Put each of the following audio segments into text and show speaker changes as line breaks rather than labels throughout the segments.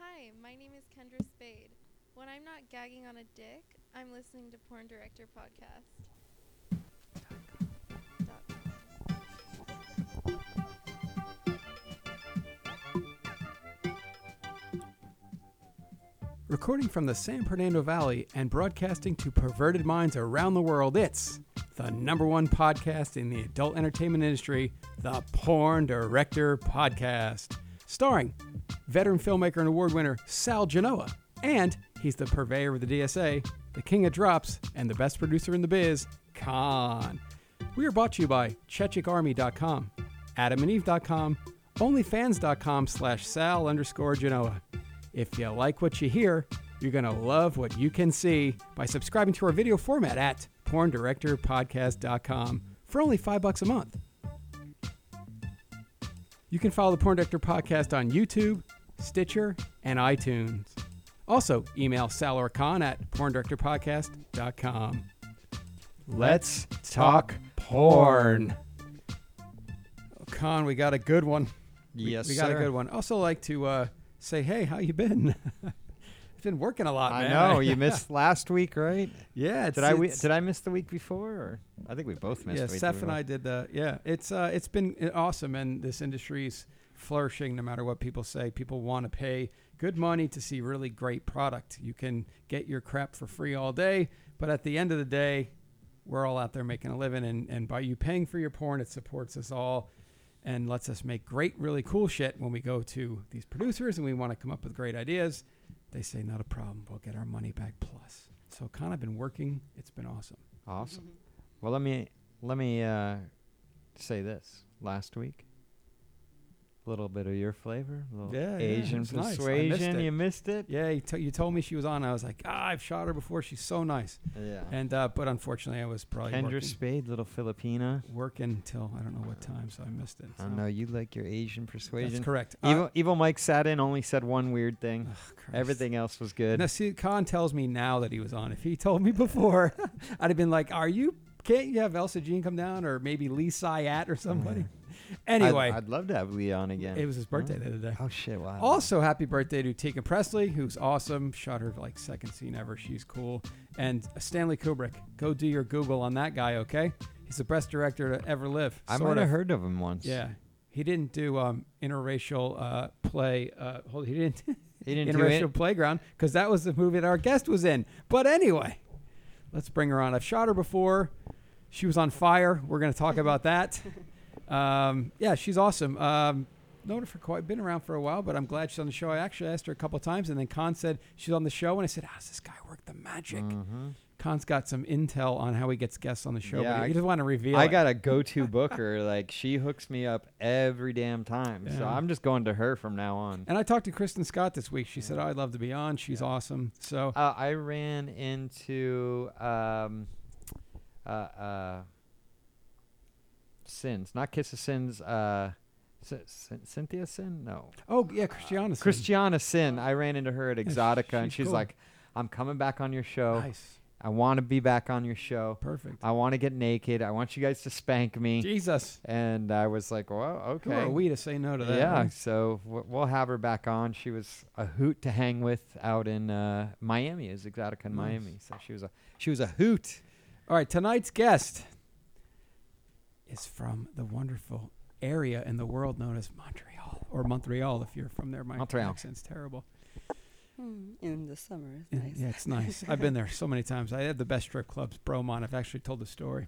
Hi, my name is Kendra Spade. When I'm not gagging on a dick, I'm listening to Porn Director Podcast. Dot com.
Recording from the San Fernando Valley and broadcasting to perverted minds around the world, it's the number one podcast in the adult entertainment industry, the Porn Director Podcast. Starring veteran filmmaker and award winner Sal Genoa. And he's the purveyor of the DSA, the king of drops, and the best producer in the biz, Khan. We are brought to you by ChechikArmy.com, AdamandEve.com, OnlyFans.com slash Sal underscore Genoa. If you like what you hear, you're going to love what you can see by subscribing to our video format at porndirectorpodcast.com for only 5 bucks a month. You can follow the Porn Director Podcast on YouTube, Stitcher, and iTunes. Also, email Sal or Khan at porndirectorpodcast.com. Let's talk porn. Con, we got a good one. We-
Yes,
we got
sir.
a good one. Also, like to uh, say, hey, how you been? I've been working a lot.
I
man.
know you missed last week, right?
yeah, it's,
Did I we,
it's-
did I miss the week before? Or I think we both missed.
Yeah,
the week
Seth and
before.
I did the. Yeah, it's uh, it's been uh, awesome, and this industry's flourishing. No matter what people say, people want to pay good money to see really great product. You can get your crap for free all day, but at the end of the day, we're all out there making a living, and and by you paying for your porn, it supports us all. And lets us make great, really cool shit when we go to these producers and we want to come up with great ideas. They say, not a problem. We'll get our money back plus. So, Con, I've been working. It's been awesome.
Awesome. Well, let me let me uh, say this. Last week, a little bit of your flavor, a little
Yeah, yeah,
Asian
it's nice. I missed
persuasion.
it.
You missed it.
Yeah, you, t- you told me she was on. I was like, ah, I've shot her before. She's so nice.
Yeah.
And uh, but unfortunately, I was probably
Kendra
working,
Spade, little Filipina.
working till I don't know what time, so I missed it.
I
So
know you like your Asian persuasion.
That's correct. Uh,
Evil, Evil Mike sat in, only said one weird thing.
Oh, Christ.
Everything else was good.
Now, see, Khan tells me now that he was on. If he told me before, I'd have been like, "Are you? Can't you have Elsa Jean come down, or maybe Lee Syatt or somebody?"
I'd-
Anyway,
I'd, love to have Leon again.
it was his birthday
Oh.
the other day.
Oh shit! Wow.
Also, happy birthday to Tika Presley, who's awesome. Shot her like second scene ever. She's cool. And Stanley Kubrick. Go do your Google on that guy, okay? He's the best director to ever live.
I
sort
might
of.
have heard of him once.
Yeah. He didn't do um, interracial uh, play. Uh, hold, he didn't
He didn't do
interracial
it.
playground because that was the movie that our guest was in. But anyway, let's bring her on. I've shot her before. She was on fire. We're going to talk about that. Um, yeah, she's awesome. Um, known her for quite been around for a while, but I'm glad she's on the show. I actually asked her a couple times, and then Khan said she's on the show, and I said, "How's this guy work the magic?"
Mm. Mm-hmm.
Khan's got some intel on how he gets guests on the show.
Yeah,
but
I-
he doesn't want to reveal.
I
it.
got a go-to booker. Like she hooks me up every damn time. So
Yeah.
I'm just going to her from now on.
And I talked to Kristen Scott this week. She said, oh, "I'd love to be on. She's
Yeah.
awesome." So
Uh, I ran into um, uh, uh, sins, not kiss of sins. Uh, C- Cynthia sin? No,
Oh yeah, Christiana. said-
Christiana sin. I ran into her at
sh-
Exotica, and
she's
she's
cool.
like, "I'm coming back on your show.
Nice.
I want to be back on your show.
Oh, Perfect.
I want to get naked. I want you guys to spank me."
Jesus.
And I was like, "Well, okay."
Who are we to say no to that?
yeah,
right?
so w- we'll have her back on. She was a hoot to hang with out in uh, Miami, is Exotica in
Nice.
Miami. So she was a she was a hoot.
All right. Tonight's guest is from the wonderful area in the world known as Montreal or Montreal. If you're from there, my
Montreal.
accent's terrible.
Hmm, In the summer, it's
And,
nice.
Yeah, it's nice. I've been there so many times. I had the best strip clubs, Bromont. I've actually told the story.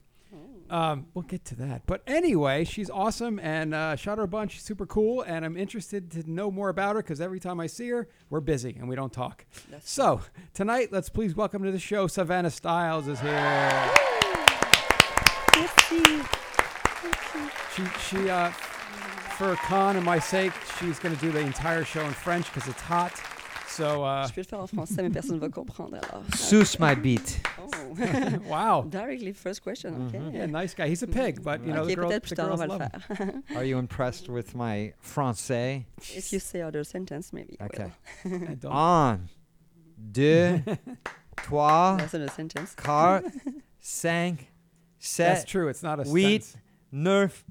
Oh.
Um, we'll get to that. But anyway, she's awesome and uh, shot her a bunch. She's super cool. And I'm interested to know more about her because every time I see her, we're busy and we don't talk.
That's
So tonight, let's please welcome to the show Savannah Stiles is here.
Merci.
She, she uh, for Khan and my sake, she's going to do the entire show in French because it's hot. So, uh,
Je peux le faire en français, mais personne ne va comprendre alors.
Seuss my beat.
Oh.
wow.
Directly first question, okay.
Mm-hmm. Yeah, nice guy. He's a pig, but you know
ok,
the, girl,
peut-être plus
the
tard on
girls
va le
love him.
faire.
Are you impressed with my français?
If you say other sentence, maybe. I
Okay.
will.
I don't-
Un, deux, trois,
Ah.
That's another sentence.
quatre, cinq,
That's
sept,
true. It's not a
Wheat.
sense.
neuf,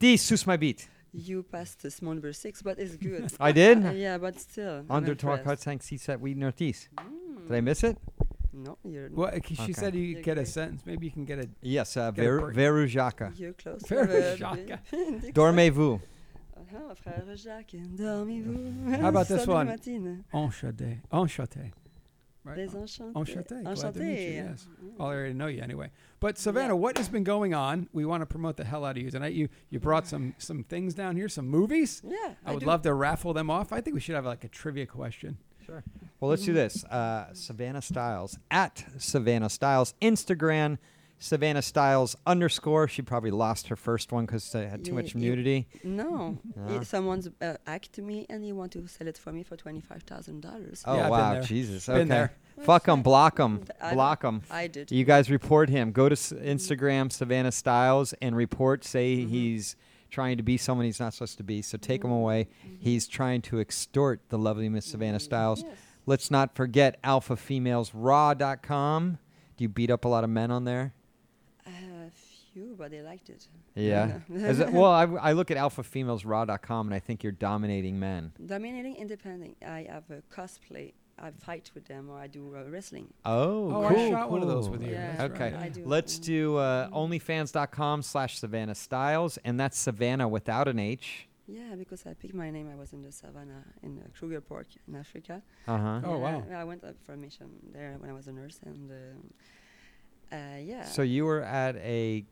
dix. Seuss my beat.
You passed this number six, but it's good.
I did.
Uh, yeah, but still. I'm
Under trois
impressed.
quatre cinq six sept huit neuf dix. Did I
Mm-hmm.
Mm.
miss it?
No, you're n-
Well, she
Okay.
said you
You're
could get a
great.
sentence. Maybe you can get a.
Yes, uh,
Get a
Ver-
break.
Verujaka.
you're close.
Frère
Uh,
Jacques.
Dixon.
Dormez-vous.
Ah, frère Jacques, dormez-vous.
How about this
Salut,
one?
Martine.
Enchanté. Enchanté.
Les
Right.
enchantés.
Enchanté. Glad to meet you.
Enchanté. Mm.
Yes. Oh, Well, I already know you anyway. But Savannah, what has been going on? We want to promote the hell out of you tonight. You you brought some some things down here, some movies.
Yeah.
I, would
do.
love to raffle them off. I think we should have like a trivia question.
Well, let's do this. Uh, Savannah Styles at Savannah Styles Instagram. Savannah Styles underscore. She probably lost her first one because it had too
Yeah,
much
you-
nudity.
No.
Ah.
It, someone's uh, act to me and he want to sell it for me for $25,000.
Oh
Yeah, I've been
wow,
there.
Jesus.
Been
okay,
there.
fuck him, block him,
I don't-
block him.
I did.
You guys report him. Go to s- Instagram Savannah Styles and report. Say he's trying to be someone he's not supposed to be. So take him away. He's trying to extort the lovely Miss Savannah Styles.
Yes.
Let's not forget alphafemalesraw.com. Do you beat up a lot of men on there?
I have a few, but they liked it.
Yeah. Is it- well, I, I look at alphafemalesraw.com and I think you're dominating men.
Dominating independent. I have a cosplay. I fight with them or I do uh, wrestling.
Oh,
Oh, I
cool,
shot one of those
cool.
with you.
Yeah,
That's
okay.
right.
I do.
Let's
Mm.
do uh, onlyfans.com slash Savannah Styles, and that's Savannah without an H.
Yeah, because I picked my name. I was in the savannah in uh, Kruger Park in Africa.
Uh huh.
Oh,
Yeah,
wow.
I went up for a mission there when I was a nurse, and um uh, yeah.
So you were at a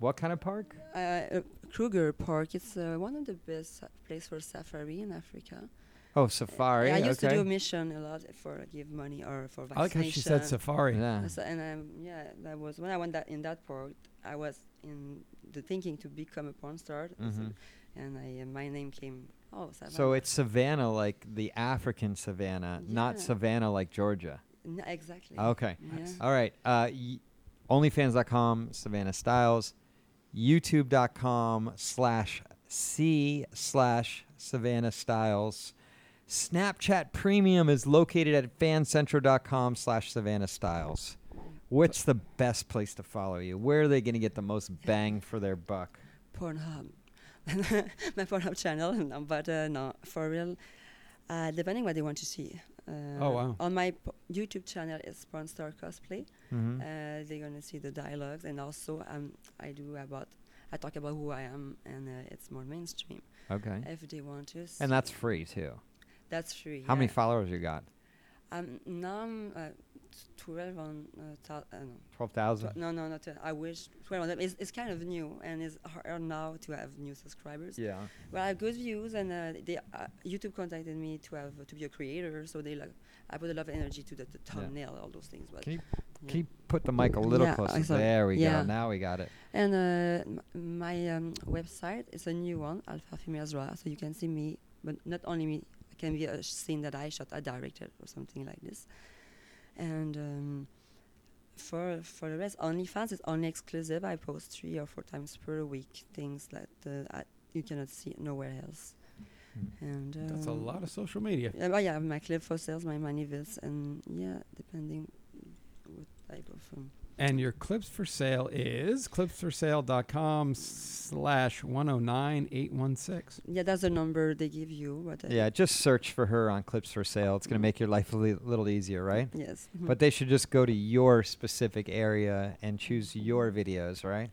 what kind of park?
uh, uh, Kruger Park. It's uh, one of the best sa- place for safari in Africa.
Oh, safari.
I used
okay.
to do a mission a lot for give money or for vaccination.
I like how she said safari.
Yeah.
Uh, so- and um, yeah, that was when I went that in that part. I was in the thinking to become a porn star, so-
Mm-hmm.
Mhm.
and I uh, my name came. Oh, Savannah.
So it's Savannah like the African Savannah, not
Yeah.
Savannah like Georgia.
N- exactly.
Okay.
Yeah.
All right. Uh, y- OnlyFans.com, Savannah Styles, YouTube.com slash C slash Savannah Styles. Snapchat Premium is located at fancentro.com slash Savannah Styles. What's the best place to follow you? Where are they going to get the most bang for their buck?
Pornhub. my Pornhub channel, no, but uh, no, for real, uh, depending what they want to see. Uh,
Oh, wow.
On my p- YouTube channel is Porn Star Cosplay.
Mm-hmm.
Uh, they're gonna see the dialogues, and also um, I do about I talk about who I am, and uh, it's more mainstream.
Okay.
If they want to, s-
Mm-hmm. And that's free too.
that's free.
How many
yeah.
followers you got?
Um, now I'm uh, t- twelve on uh, thou- uh, no,
12,000?
tw- no, no, not. uh, I wish twelve on them. It's, it's kind of new, and it's hard now to have new subscribers.
Yeah.
Well, I have good views, and uh, they, uh, YouTube contacted me to have to be a creator. So they like, I put a lot of energy to the, the thumbnail, all those things. But
Can you,
yeah.
can you put the mic a little
Yeah, I
closer?
saw it.
There we
Yeah.
go. Now we got it.
and uh, m- my um, website is a new one, Alpha Females Raw, so you can see me, but not only me. It can be a sh- scene that I shot, I directed, or something like this. And um, for for the rest, OnlyFans is only exclusive. I post three or four times per week things that uh, I, you cannot see nowhere else. And um,
Hmm. That's a lot of social media.
Yeah, but yeah, my clip for sales, my money bills, and yeah, depending what type of. Um,
And your clips for sale is clipsforsale.com slash 109816.
yeah, that's the number they give you. But uh,
Yeah, just search for her on Clips for Sale. It's going to make your life a li- little easier, right?
Yes.
But they should just go to your specific area and choose your videos, right?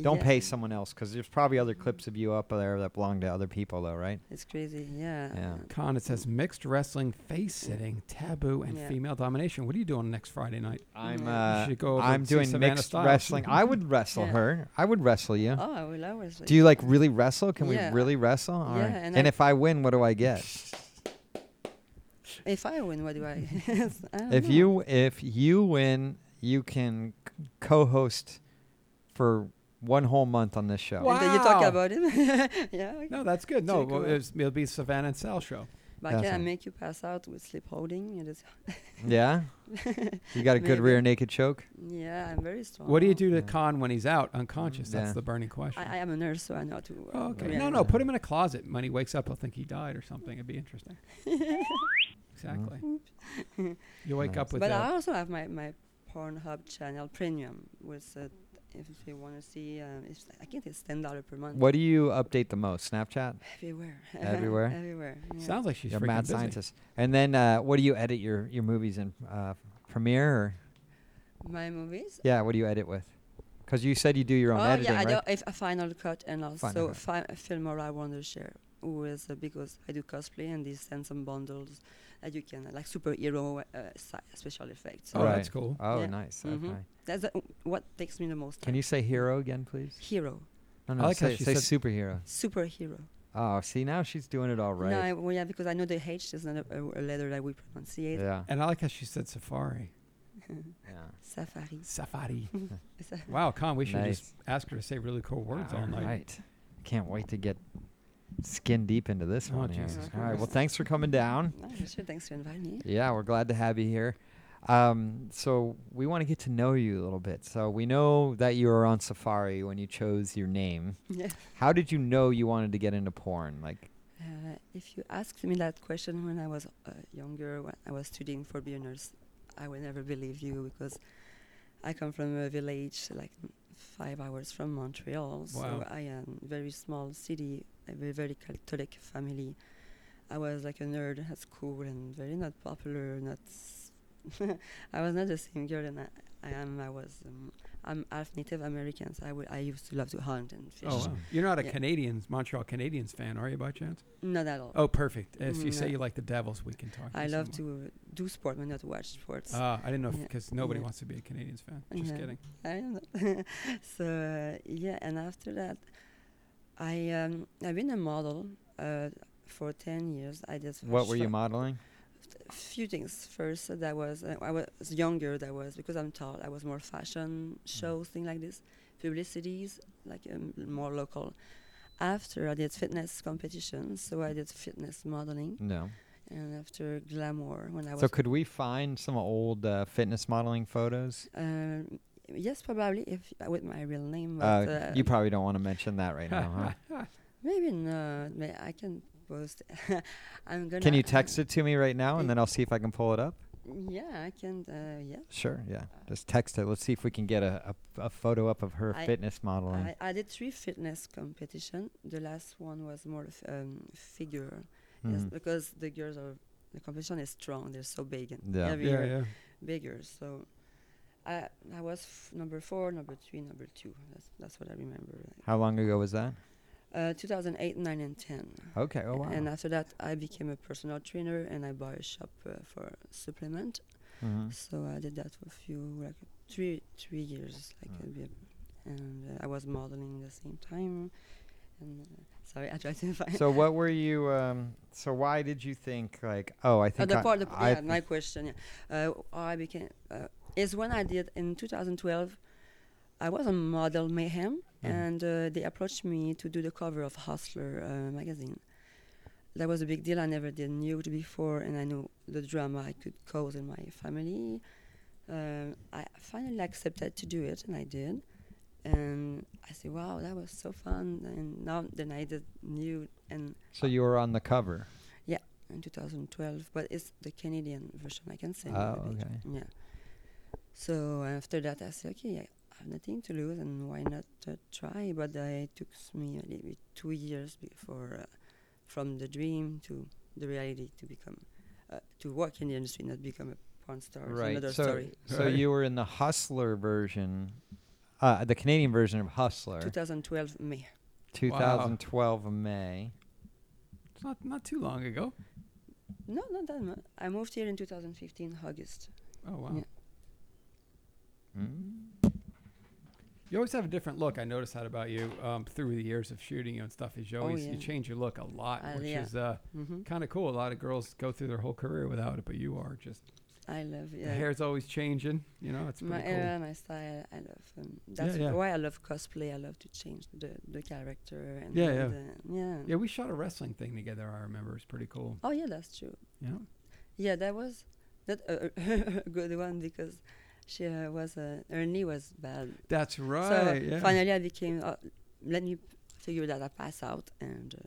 Don't
Yeah,
pay someone else because there's probably other clips of you up there that belong to other people, though, right?
It's crazy. Yeah.
Yeah.
Con, it says mixed wrestling, face sitting, taboo, and
Yeah.
female domination. What are you doing next Friday night?
I'm
Yeah.
You
uh,
should go over
I'm
and see
doing
Savannah
mixed
Stiles.
wrestling. I would wrestle
Yeah.
her. I would wrestle you.
Oh, I will always.
Do you like really wrestle? Can
Yeah.
we really wrestle? All
Yeah,
right.
and
And,
I-
if I win, what do I get?
If I win, what do I? I don't
If
know.
you if you win, you can c- co-host for one whole month on this show.
Wow.
And then you talk
Wow.
about it. yeah. okay.
No, that's good. No,
Sorry, go
well,
ahead.
it's, it'll be Savannah and Sal show.
But can I
Awesome.
make you pass out with sleep holding? It is-
Yeah. You got a good
Maybe.
rear naked choke.
yeah, I'm very strong.
What do you do to
Yeah.
Con when he's out unconscious? That's
Yeah.
the burning question.
Oh. I, I am a nurse, so I know how to. uh,
oh, okay.
react.
No, no. Put him in a closet. When he wakes up, he'll think he died or something. It'd be interesting. exactly. You wake
Nice.
up with
But
a-
I also have my, my Pornhub channel premium with uh, if they want to see. Um, it's, I think it's ten dollars per month.
What do you update the most? Snapchat?
Everywhere.
Everywhere?
Everywhere. yeah.
Sounds like she's
You're a
freaking
mad
busy.
scientist. And then uh, what do you edit your, your movies in? Uh, Premiere? Or,
My movies.
yeah, what do you edit with? Because you said you do your own
oh
editing,
yeah, I
right?
do if a Final Cut and also
Cut.
fi- Filmora Wondershare, who is uh, because I do cosplay and they send some bundles that you can uh, like superhero uh, si- special effects.
Oh,
Right.
that's cool.
Oh,
Yeah.
nice.
Mhm.
Okay.
That's the- what takes me the most.
Can
time.
you say hero again, please?
hero,
No,
I
no,
like how
say,
she
say
said-
superhero.
superhero?
Oh, see, now she's doing it all right.
No, I, well, yeah, because I know the H is not a, a letter that we pronunciate.
yeah.
And I like how she said safari.
yeah.
Safari.
Safari.
Sa-
Wow, Con, we should just
Nice.
ask her to say really cool words all night.
Right. Can't wait to get skin deep into this
Oh,
one. here.
Jesus
All right. Well,
Christ.
thanks for coming down.
No, sure, thanks for inviting me.
Yeah, we're glad to have you here. Um, so we want to get to know you a little bit. So we know that you were on Safari when you chose your name.
Yeah.
How did you know you wanted to get into porn? Like,
Uh, if you asked me that question when I was uh, younger, when I was studying for beginners, I would never believe you because I come from a village like m- five hours from Montreal.
Wow.
So I am very small city, a very, very Catholic family. I was like a nerd at school and very not popular. Not, s- I was not the same girl, and I, I am. I was. Um, I'm half Native American, so I would. I used to love to hunt and fish.
Oh, wow. You're not a
Yeah.
Canadians, Montreal Canadiens fan, are you by chance?
Not at all.
Oh, perfect. If you say
Mm, No.
you like the Devils, we can talk.
I love
some
to do sport, but not watch sports.
more. Ah, I didn't know
Yeah.
because nobody
Yeah.
wants to be a Canadians fan. Just
Yeah.
kidding.
I don't know. so uh, yeah, and after that, I um, I've been a model uh, for ten years. I did
what were
sh-
you modeling?
a few things. First, uh, that was uh, I was younger. That was because I'm tall. I was more
Mm.
fashion shows, things like this, publicities, like um, more local. After I did fitness competitions, so I did fitness modeling,
No.
and after glamour, when I was
So could we find some old uh, fitness modeling photos?
um, yes, probably if uh, with my real name, but
Uh,
uh,
you probably don't want to mention that right now. Huh?
Maybe not. May I can post. I'm gonna.
Can you text it to me right now, and then I'll see if I can pull it up?
Yeah, I can. Uh, yeah.
Sure. Yeah. Just text it. Let's see if we can get a, a, a photo up of her
I-
fitness modeling.
I, I did three fitness competition. The last one was more of, um, figure, yes,
Mhm.
because the girls are the competition is strong. They're so big and
Yeah.
every
Yeah,
year
yeah.
bigger. So, I I was f- number four, number three, number two. That's that's what I remember.
How long ago was that?
Uh, 2008, nine, and ten.
Okay. Oh wow.
And uh, after that, I became a personal trainer and I bought a shop uh, for supplement.
Mhm.
So I did that for a few, like three, three years, like
Mm.
a bit. and uh, I was modeling at the same time. And uh, sorry, I tried to find.
so what were you um so why did you think like oh i
Uh,
think
the
I-
part, the,
I
yeah, my question, yeah, uh, how I became uh, is when I did in 2012. I was a model mayhem,
Mhm.
and uh, they approached me to do the cover of Hustler uh, magazine. That was a big deal. I never did nude before, and I knew the drama I could cause in my family. Um, I finally accepted to do it, and I did. And I said, "Wow, that was so fun!" And now, then I did nude, and
so you were on the cover
in 2012, but it's the Canadian version. I can send
Oh,
you the picture.
okay.
Yeah. So after that, I said, okay, I have nothing to lose, and why not uh, try? But I took s- me a little bit two years before, uh, from the dream to the reality to become, uh, to work in the industry, not become a porn star. It's
right
Another
so,
story.
so
Right.
you were in the hustler version uh the canadian version of hustler
2012 May.
2012 may
It's not not too long ago.
No, not that much. I moved here in 2015 August.
Oh wow.
Yeah.
Mm.
You always have a different look. I noticed that about you um, through the years of shooting you and stuff. Is you
Oh,
always you
yeah.
change your look a lot,
Uh,
which
yeah.
is uh,
hmm
kind of cool. A lot of girls go through their whole career without it, but you are just
I love. uh,
the
Yeah.
hair's always changing. You know, it's
my uh,
pretty cool.
era, my style. I love. Um, that's
yeah.
why I love cosplay. I love to change the, the character and
Yeah,
and,
yeah.
uh, yeah.
Yeah, we shot a wrestling thing together. I remember it's pretty cool.
Oh yeah, that's true.
Yeah.
Yeah, that was not a, a good one because she uh, was uh, her knee was bad.
That's
so
right. yeah.
finally, I became. Uh, let me figure that I pass out and uh,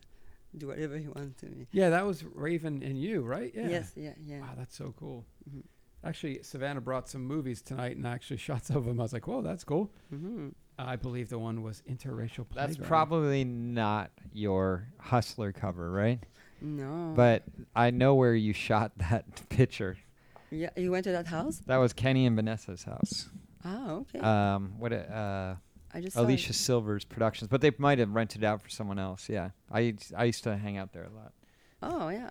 do whatever you want to me.
Yeah, that was Raven and you, right? Yeah.
Yes. Yeah. Yeah.
Wow, that's so cool.
Mhm.
Actually, Savannah brought some movies tonight, and I actually shot some of them. I was like, "Whoa, that's cool."
Mm-hmm.
I believe the one was interracial.
That's
Playground.
probably not your hustler cover, right?
No.
But I know where you shot that picture.
yeah, you went to that house?
That was Kenny and Vanessa's house.
Ah, okay.
Um, what it, uh,
I just saw it.
Alicia Silver's productions, but they might have rented out for someone else. Yeah, I used- I used to hang out there a lot.
Oh yeah.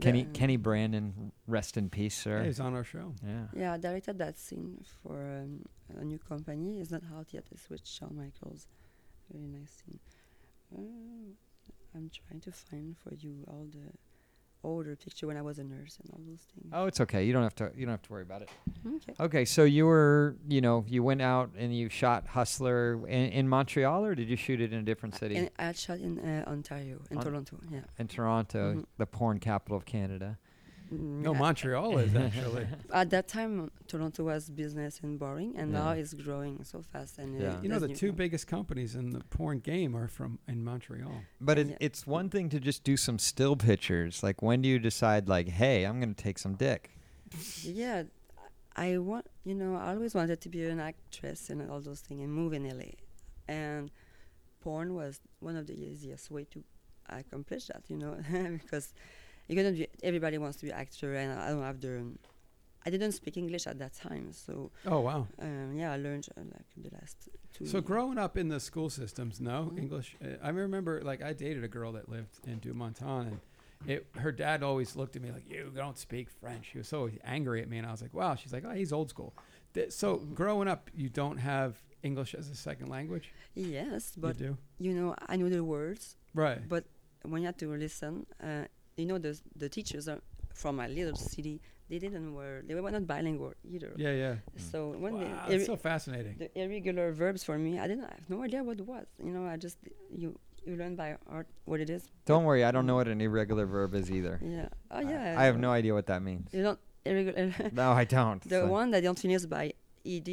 Kenny
The-
Kenny Brandon, rest in peace,
Hey,
sir.
It was on our show.
yeah.
Yeah, I directed that scene for um, a new company. It's not out yet. It's with Shawn Michaels. Very nice scene. Uh, I'm trying to find for you all the older picture when I was a nurse and all those things.
Oh, it's okay. You don't have to. You don't have to worry about it.
Okay.
Okay, so you were, you know, you went out and you shot Hustler in, in Montreal, or did you shoot it in a different city?
And I shot in uh, Ontario, in
On-
Toronto. Yeah.
in Toronto,
Mhm.
the porn capital of Canada.
Mm,
No,
yeah.
Montreal is actually.
At that time, Toronto was business and boring, and
Yeah.
now it's growing so fast. And uh,
Yeah.
You know,
there's
the
new
two
com-
biggest companies in the porn game are from in Montreal.
But
Yeah.
it, it's one thing to just do some still pictures. Like, when do you decide, like, hey, I'm going to take some dick?
Yeah, I want you know I always wanted to be an actress and all those things and move in LA, and porn was one of the easiest way to accomplish that. You know because you're gonna be everybody wants to be actor and I don't have the um, I didn't speak English at that time, so
Oh wow!
um, yeah I learned uh, like the last two.
So growing up in the school systems, no
Mhm.
English. Uh, I remember, like, I dated a girl that lived in Dumonton, and it, her dad always looked at me like, "You don't speak French." She was so angry at me, and I was like, "Wow." She's like, "Oh, he's old school." Th- so
Mhm.
growing up, you don't have English as a second language.
yes, but
you do,
you know I knew the words,
right?
but when you had to listen, uh, you know the the teachers are from my little city. They didn't were they were not bilingual either.
yeah, yeah.
Mm.
So when
Wow,
the,
that's
irre-
so fascinating.
the irregular verbs for me, I didn't I have no idea what it was. You know, I just you you learn by art what it is.
Don't worry, I don't know what an irregular verb is either.
Yeah. Oh
I-
yeah.
I have no idea what that means.
You don't irregular.
No, I don't.
the
So-
one that don't finish by ed,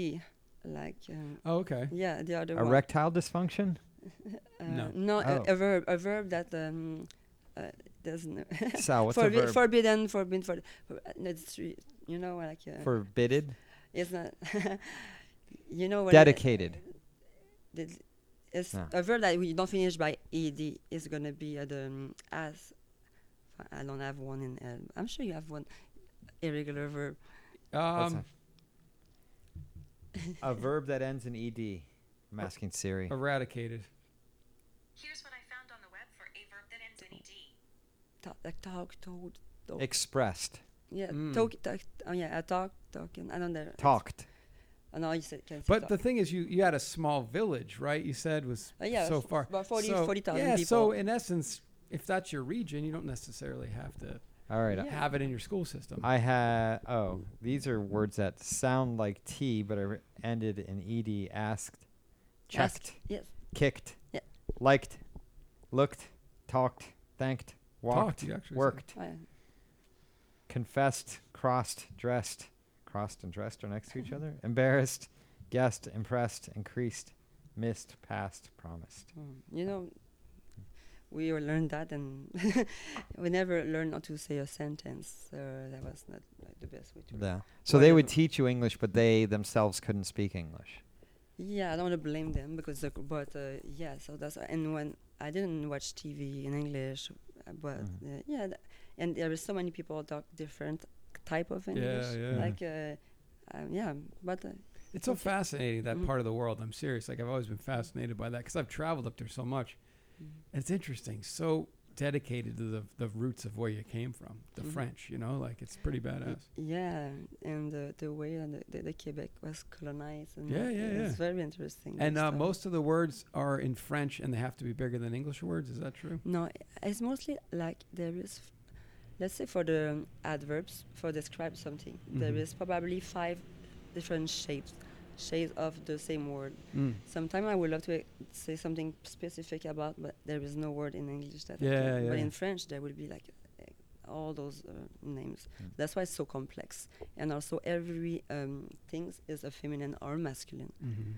like um,
Oh, okay.
yeah, the other one.
Erectile dysfunction?
Uh,
No.
a-
Oh.
a, verb. A verb that um, uh, doesn't.
Sal, what's a
Forbi-
verb?
Forbidden. Forbidden. For, for, uh, no, it's re- you know like. Uh,
Forbidded?
it's not. you know when. I-
Dedicated.
the- it's
Ah.
a verb that we don't finish by ed is gonna be uh, the um, as. Fi- I don't have one in. Uh, I'm sure you have one irregular verb.
What's
Um,
a, a verb that ends in ed. I'm asking Siri.
eradicated.
Here's what I found on the web for a verb that ends in E ed.
Talk, like talk, toad, talk.
Expressed.
yeah,
Mm.
talk, talk. Oh yeah, I talk, talking. I don't know.
Talked.
Oh, no, you said. Can say
But
talk.
the thing is, you, you had a small village, right? You said was
Uh, yeah,
so
f-
far
about 40
so,
40,000
yeah, So
people.
in essence, if that's your region, you don't necessarily have to
All right.
Yeah.
have it in your school system.
I had oh, these are words that sound like T but are ended in ed. Asked,
Ask-
checked,
Yes.
kicked,
Yeah.
liked, looked, talked, thanked, walked,
Talked, you actually said.
worked,
I-
confessed, crossed, dressed, crossed and dressed are next to each other. Embarrassed, guessed, impressed, increased, missed, passed, promised.
Mm. You know, we all learned that, and we never learned not to say a sentence. Uh, that was not like, the best way to. learn.
Yeah. So
Why
they would
don't-
teach you English, but they themselves couldn't speak English.
Yeah, I don't want to blame them because, the, but uh, yeah, so that's and when I didn't watch TV in English, uh, but
Mhm.
Mm-hmm.
uh, yeah, th- and there is so many people talk different type of English,
yeah.
like uh, um, yeah, but uh,
It's so
Okay.
fascinating that
Mhm.
part of the world. I'm serious. Like I've always been fascinated by that because I've traveled up there so much.
Mhm.
It's interesting. So dedicated to the the roots of where you came from, the
Mhm.
French. You know, like it's pretty
Mm-hmm.
badass.
yeah, and the the way and the, the, the Quebec was colonized, and
Yeah, yeah,
it's
yeah.
very interesting.
And
this
uh,
stuff.
most of the words are in French, and they have to be bigger than English words. Is that true?
No, i- it's mostly like there is, f- let's say for the um, adverbs, for describe something, there
Mhm.
is probably five different shapes, shades of the same word.
Mm.
Sometimes I would love to uh, say something specific about, but there is no word in English that. I
Yeah,
can- But
yeah.
in French, there will be like uh, all those uh, names.
Mm.
That's why it's so complex. And also, every um, things is a feminine or masculine.
hmm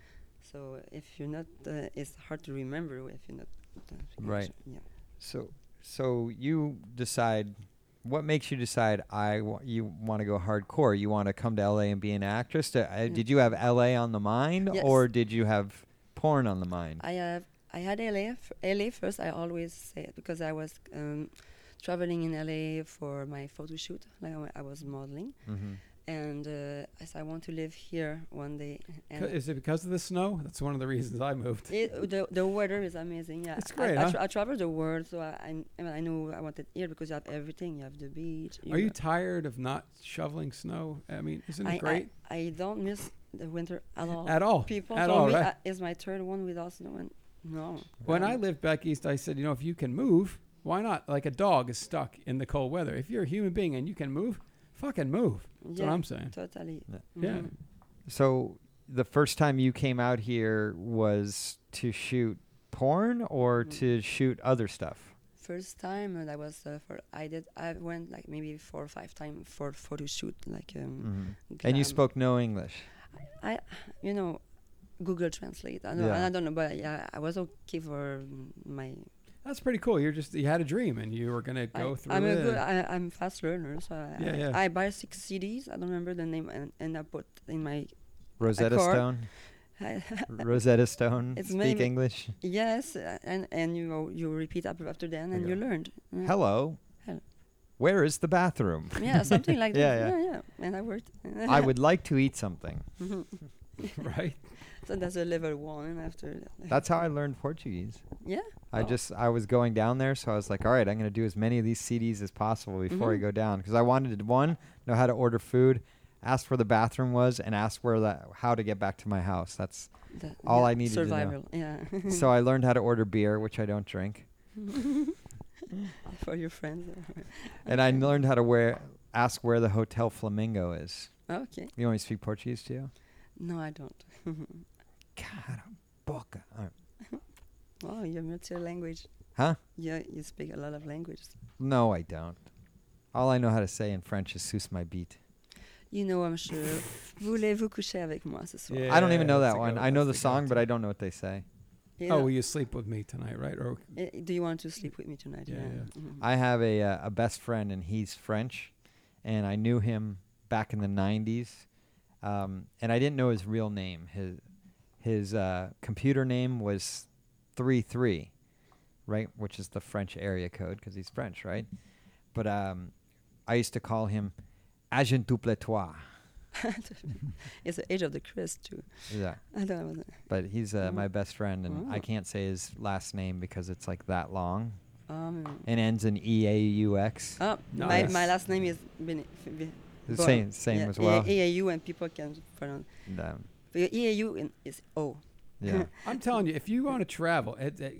So if you're not, uh, it's hard to remember if you're not. uh,
Right.
Yeah.
So so you decide what makes you decide I wa- you want to go hardcore? You want to come to LA and be an actress? Do- uh,
Yeah.
Did you have LA on the mind
Yes.
or did you have porn on the mind?
I have I had LA f- LA first. I always say it because I was um, traveling in LA for my photo shoot. Like I wa- I was modeling,
hmm
and uh, I said I want to live here one day.
Co-
And
Is it because of the snow? That's one of the reasons I moved.
it, the the weather is amazing. Yeah,
It's
I-
great,
I,
huh?
tra- I traveled the world, so I I, kn- I mean, I knew I wanted here because you have everything. You have the beach.
Are you
got-
tired of not shoveling snow? I mean, isn't
I-
it great?
I, I don't miss the winter at all.
at all.
People
at
told
all,
me
right?
uh, it's my third one without snow, and no.
When I lived back east, I said, you know, if you can move, why not? Like a dog is stuck in the cold weather. If you're a human being and you can move, fucking move. That's
yeah,
what I'm saying.
totally.
Yeah.
Yeah.
Mhm.
So the first time you came out here was to shoot porn or
Mm.
to shoot other stuff?
First time uh, that was uh, for I did I went like maybe four or five times for photo shoot like um,
hmm And
glam.
you spoke no English.
I you know Google Translate I don't
Yeah.
I don't know but yeah I was okay for mm, my
That's pretty cool. You're just you had a dream and you were gonna go
I,
through
I'm
it.
a good I, I'm fast learner so I,
Yeah,
I,
yeah.
I buy six CDs I don't remember the name and, and I put in my
Rosetta
Accord.
Stone. Rosetta Stone.
uh, It's
Speak
mainly-
English.
yes uh, and and you know, you repeat up after then and
Okay.
you learned yeah.
Hello.
Mm. Hello.
Where is the bathroom?
yeah something like
Yeah,
that
yeah.
yeah yeah and I worked
I would like to eat something.
uh,
right?
so that's a level one and after that
That's how I learned Portuguese.
yeah
I
Oh.
just I was going down there, so I was like, all right, I'm gonna do as many of these CDs as possible before I
Mm-hmm.
Mhm.
go down because I wanted to one know how to order food, ask where the bathroom was, and ask where the how to get back to my house. That's
That-
All
yeah,
I needed to know.
survival. Yeah.
so I learned how to order beer, which I don't drink,
for your friends.
and I learned how to wear ask where the Hotel Flamingo is.
Okay.
You only speak Portuguese, do you?
No, I don't.
God, boca. All right.
Oh, you're multi language.
Huh?
Yeah, you speak a lot of languages.
No, I don't. All I know how to say in French is "sous my beat."
You know, I'm sure. Voulez-vous coucher avec moi ce soir?
Yeah.
I don't even know
that's
that
a
one.
good-
I know the
that's a good
song, but
one.
I don't know what they say.
You
Oh,
know,
will you sleep with me tonight, right? Or
eh, do you want to sleep with me tonight?
Yeah, yeah.
Mhm.
I have a uh, a best friend, and he's French, and I knew him back in the '90s, um, and I didn't know his real name. His his uh, computer name was three three, right, which is the French area code because he's French, right? But um, I used to call him Agent Dupletois.
Mm-hmm. it's the age of the crest too.
Yeah,
I don't know. that-
but he's uh,
Mm.
my best friend, and I
Oh.
can't say his last name because it's like that long
Um,
and ends in E A U X.
oh, my,
Nice.
my last name is Bene- F- Be-
The
Bon-
same same
yeah,
as well.
E- EAU and people can pronounce.
And, um,
EAU in- is O.
yeah.
I'm telling you, if you want to travel, it, it,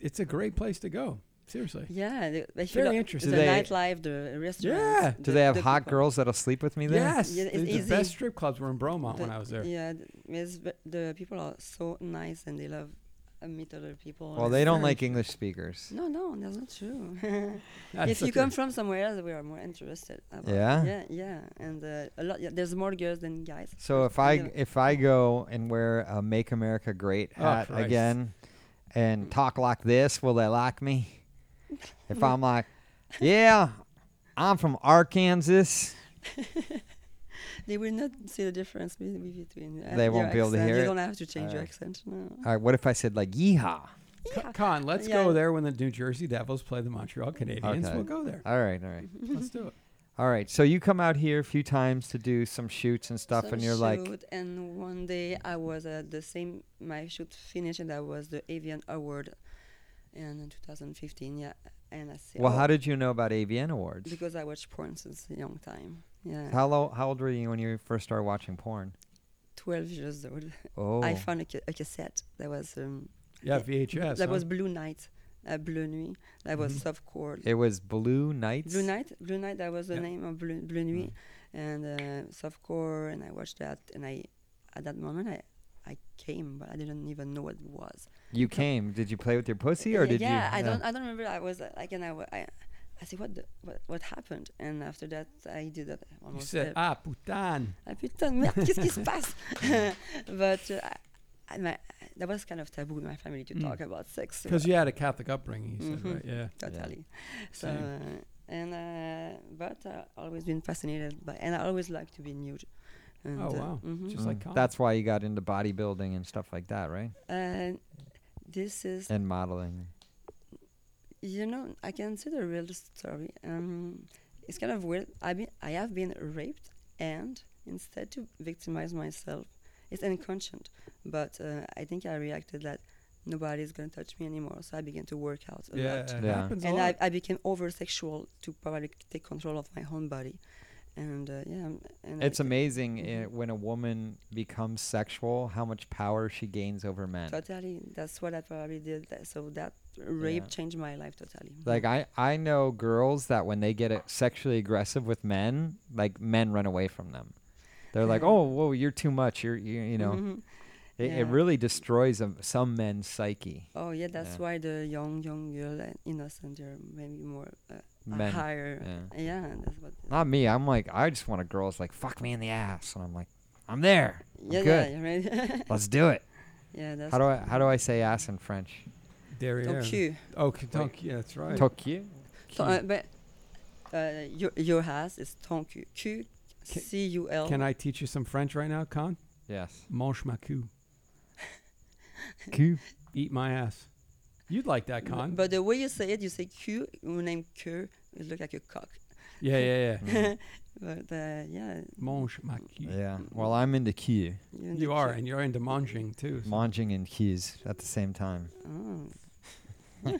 it's a great place to go. Seriously.
Yeah, the, if
Very
you look-
interesting.
The
They-
nightlife, the restaurants.
Yeah.
Do
the-
they have
the
hot
people.
girls that'll sleep with me there?
Yes.
Yeah, it's
the- the
easy.
best strip clubs were in Bromont when
The-
I was there.
Yeah, th- it's, ve- the people are so nice and they love uh, meet other people.
Well,
and-
they don't
Very
like English speakers.
No, no, that's not true.
That's
if you
such
come
a,
from somewhere else, we are more interested. About
Yeah?
Yeah, yeah, and uh, a lot. Yeah, there's more girls than guys.
So if I if I go and wear a "Make America Great"
Oh,
hat
Christ.
again, and talk like this, will they like me? If I'm like, yeah, I'm from Arkansas,
they will not see the difference be- be- between. uh,
They
your
won't be able to
accent.
hear
You
it?
don't have to change your
Alright.
accent. No.
all right. What if I said like "Yeehaw"?
Con- Con, let's
Yeah.
go there when the New Jersey Devils play the Montreal Canadiens.
Okay.
We'll go there.
All right, all right,
Let's do it.
all right. So you come out here a few times to do some shoots and stuff,
Some
and you're like,
shoot, and one day I was at the same my shoot finished, and I was the Avian Award, and in 2015, yeah, and I said,
"Well,
"Oh,
how did you know about AVN Awards?
Because I watched porn since a young time. Yeah.
How lo- how old were you when you first started watching porn?
12 years old.
Oh,
I found a, ca- a cassette that was um,
Yeah,
Yeah.
VHS.
that
huh?
was Blue Night, uh, Blue Nuit. That was
Mm-hmm.
Mhm.
soft core.
It was Blue Nights.
Blue Night, Blue Night. That was the
Yeah.
name of Blue, Blue Nuit,
Mm-hmm.
and uh, soft core. And I watched that, and I, at that moment, I, I came, but I didn't even know what it was.
You came. Did you play with your pussy or
yeah,
did you?
Uh, yeah, I don't, I don't remember. I was uh, like, and I, wa- I, I said, what, the, what, what happened? And after that, I did that
You
almost.
said,
every-
ah, putain.
Ah putain de merde, qu'est-ce qui se passe? But uh, I, my, that was kind of taboo in my family to
Mm.
talk about sex. so
Because you had a Catholic upbringing, you said,
Mhm.
right? Yeah.
Totally. So,
Same.
uh, and uh, but I always been fascinated by, and I always like to be nude. And,
Oh,
uh,
wow.
mhm.
Just like
Mm.
comedy.
That's why you got into bodybuilding and stuff like that, right?
And this is,
And modeling.
you know, I can see the real story. Um, it's kind of weird. I been, I have been raped, and instead to victimize myself, it's unconscious. But uh, I think I reacted that nobody's gonna touch me anymore, so I began to work out a
yeah,
lot.
it
Yeah.
happens a
and I,
lot.
I became over sexual to probably take control of my own body and uh, yeah um, and I
It's
ca-
amazing
Mhm.
uh when a woman becomes sexual, how much power she gains over men.
totally that's what i probably did tha- so that rape
Yeah.
changed my life totally
Like I, I know girls that when they get uh, sexually aggressive with men, like men run away from them. They're like,
Yeah.
"Oh, whoa, you're too much. You're, you, you know."
Mhm.
It,
Yeah.
it really destroys um, some men's psyche.
oh yeah that's
Yeah.
why the young young girl and innocent are maybe more uh, uh,
Men.
higher
Yeah.
yeah, that's what
Not me. I'm like, I just want a girl that's like, "Fuck me in the ass," and I'm like, "I'm there. I'm
yeah
good.
yeah right
Let's do it."
yeah that's
How do I, how do I say ass in French?
Derriere.
okay
Oh, c- talk- yeah, that's right.
Tokiu.
so, uh, but uh, your, your house is ton cul Q-
Ca-
C-U-L.
Can I teach you some French right now, Con?
Yes.
Mange ma queue.
Q.
Eat my ass. You'd like that,
B-
Con.
But the way you say it, you say Q, you name Q, it look like a cock.
yeah, yeah, yeah.
But uh, yeah,
Mange ma queue.
Mm. Yeah. Well, I'm into Q.
you,
You
need
are,
to-
and you're into manging too. so-
Manging and Q's at the same time.
Oh.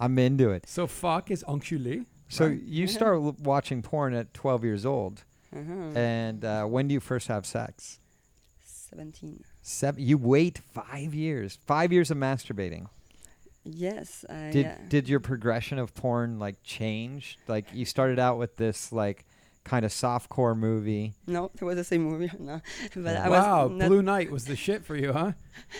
I'm into it.
So fuck is enculé.
So
Right.
you
Mm-hmm.
start l- watching porn at 12 years old,
Uh-huh.
and uh, when do you first have sex?
17.
Seven. You wait five years. Five years of masturbating.
Yes, I
Did
uh,
did your progression of porn like change? Like you started out with this like kind of softcore movie.
no, it was the same movie. No, but I
wow,
was not,
Blue Night was the shit for you, huh?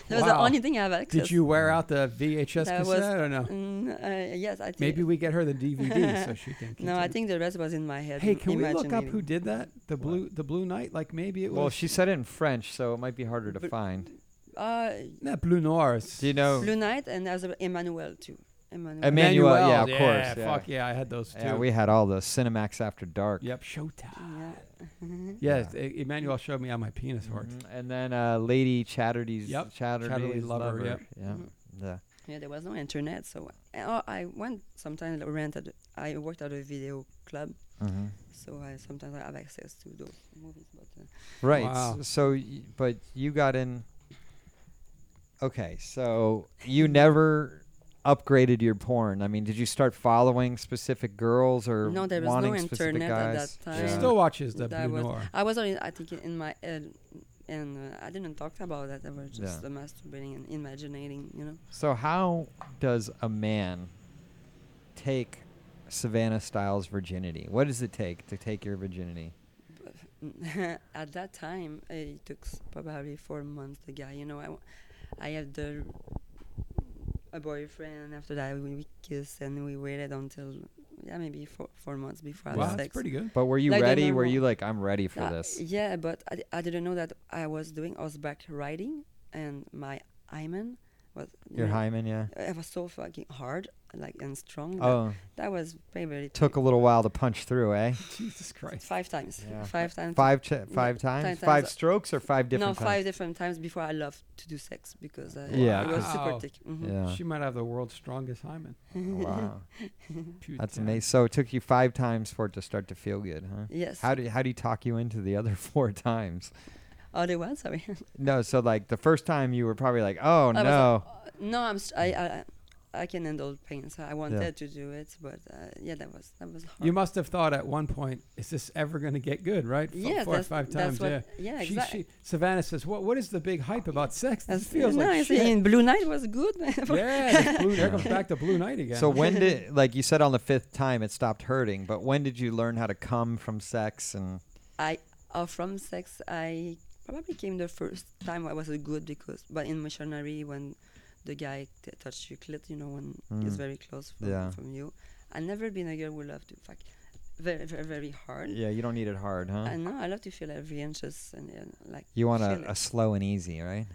that was the
wow.
only thing I have access.
Did you wear out the VHS
That
cassette
was-
or no?
Mm, uh, yes, I think.
Maybe we get her the DVD so she can.
No, I
continue.
think the rest was in my head.
Hey,
m-
can we look up
imagining.
who did that? The blue, the Blue Night. Like maybe it was.
Well, she said it in French, so it might be harder to
But-
find.
Uh,
Nah, Blue Noir.
Do you know?
Blue Knight and there's uh, Emmanuel too. Emmanuel.
Emma- Emmanuel, yeah, of
yeah,
course, yeah.
Fuck yeah, I had those too.
Yeah, we had all those Cinemax After Dark.
Yep, Showtime.
yeah. Mm-hmm.
Yeah, E- Emmanuel showed me how my penis worked.
Mhm. And then uh, Lady Chatterley's
Yep,
Chatterley's
Chatterley Lover,
lover.
yep. Mm-hmm.
Yeah.
Mhm.
Yeah.
Yeah, there was no internet, so I, oh, I went sometimes rented. I worked at a video club,
Mhm.
so I sometimes I have access to those movies. But uh,
Right.
Wow.
s- So, y- but you got in. Okay, so you never upgraded your porn. I mean, did you start following specific girls or
No, there was no
wanting specific
internet at
guys?
that
She
Yeah.
still watches the
That
Blue
was-
Noir.
I was only, I think, in my head, and uh, I didn't talk about that. I was
Yeah.
just uh, masturbating and imagining, you know.
So, how does a man take Savannah Styles' virginity? What does it take to take your virginity?
But At that time, uh, it took s- probably four months. The guy, you know, I, w- I had the a boyfriend, and after that we, we kissed and we waited until yeah maybe four four months before I
Wow,
had
that's
sex.
pretty good.
But were you
Like the
ready? Were
normal-
you like, I'm ready for
Uh,
this?
Yeah, but I, d- I didn't know that I was doing horseback riding, and my hymen was
Your hymen,
hymen.
yeah.
it was so fucking hard, like and strong. that-
Oh,
that was very
took a little while to punch through, eh?
Jesus Christ.
five times,
Yeah.
five times,
Five ch- five
five
times?
times.
Five strokes or five
no,
different times?
five different times before I loved to do sex because uh,
Yeah,
it was
Wow.
super thick. Mhm.
Yeah.
She might have the world's strongest hymen.
wow. That's
Putain.
amazing. So it took you five times for it to start to feel good, huh?
Yes.
How do you, how do you talk you into the other four times?
oh, they were sorry.
No, so like the first time you were probably like, "Oh
I
no."
was like, "Oh, no, I'm s- I, I I can handle pain, so I wanted to do it, but uh, yeah, that was that was hard.
You must have thought at one point, is this ever going to get good, right? F-
Yes,
Four or
that's-
five times.
that's what-
yeah.
yeah,
She-
exactly.
she- Savannah says, "What? What is the big hype about sex? This
That's-
feels
no,
like
it's-
shit."
in Blue Night was good.
yeah, this blue, there comes back to Blue Night again.
So when did like you said on the fifth time it stopped hurting, but when did you learn how to come from sex and
I uh, from sex I probably came the first time I was good because but in missionary when the guy t- touched your clit you know when he's
Mm.
very close from,
Yeah.
from you I never been a girl who loved to fuck very very very hard
yeah, you don't need it hard, huh?
I know I love to feel every inches and, and like
You want
feel
a,
it.
a slow and easy, right?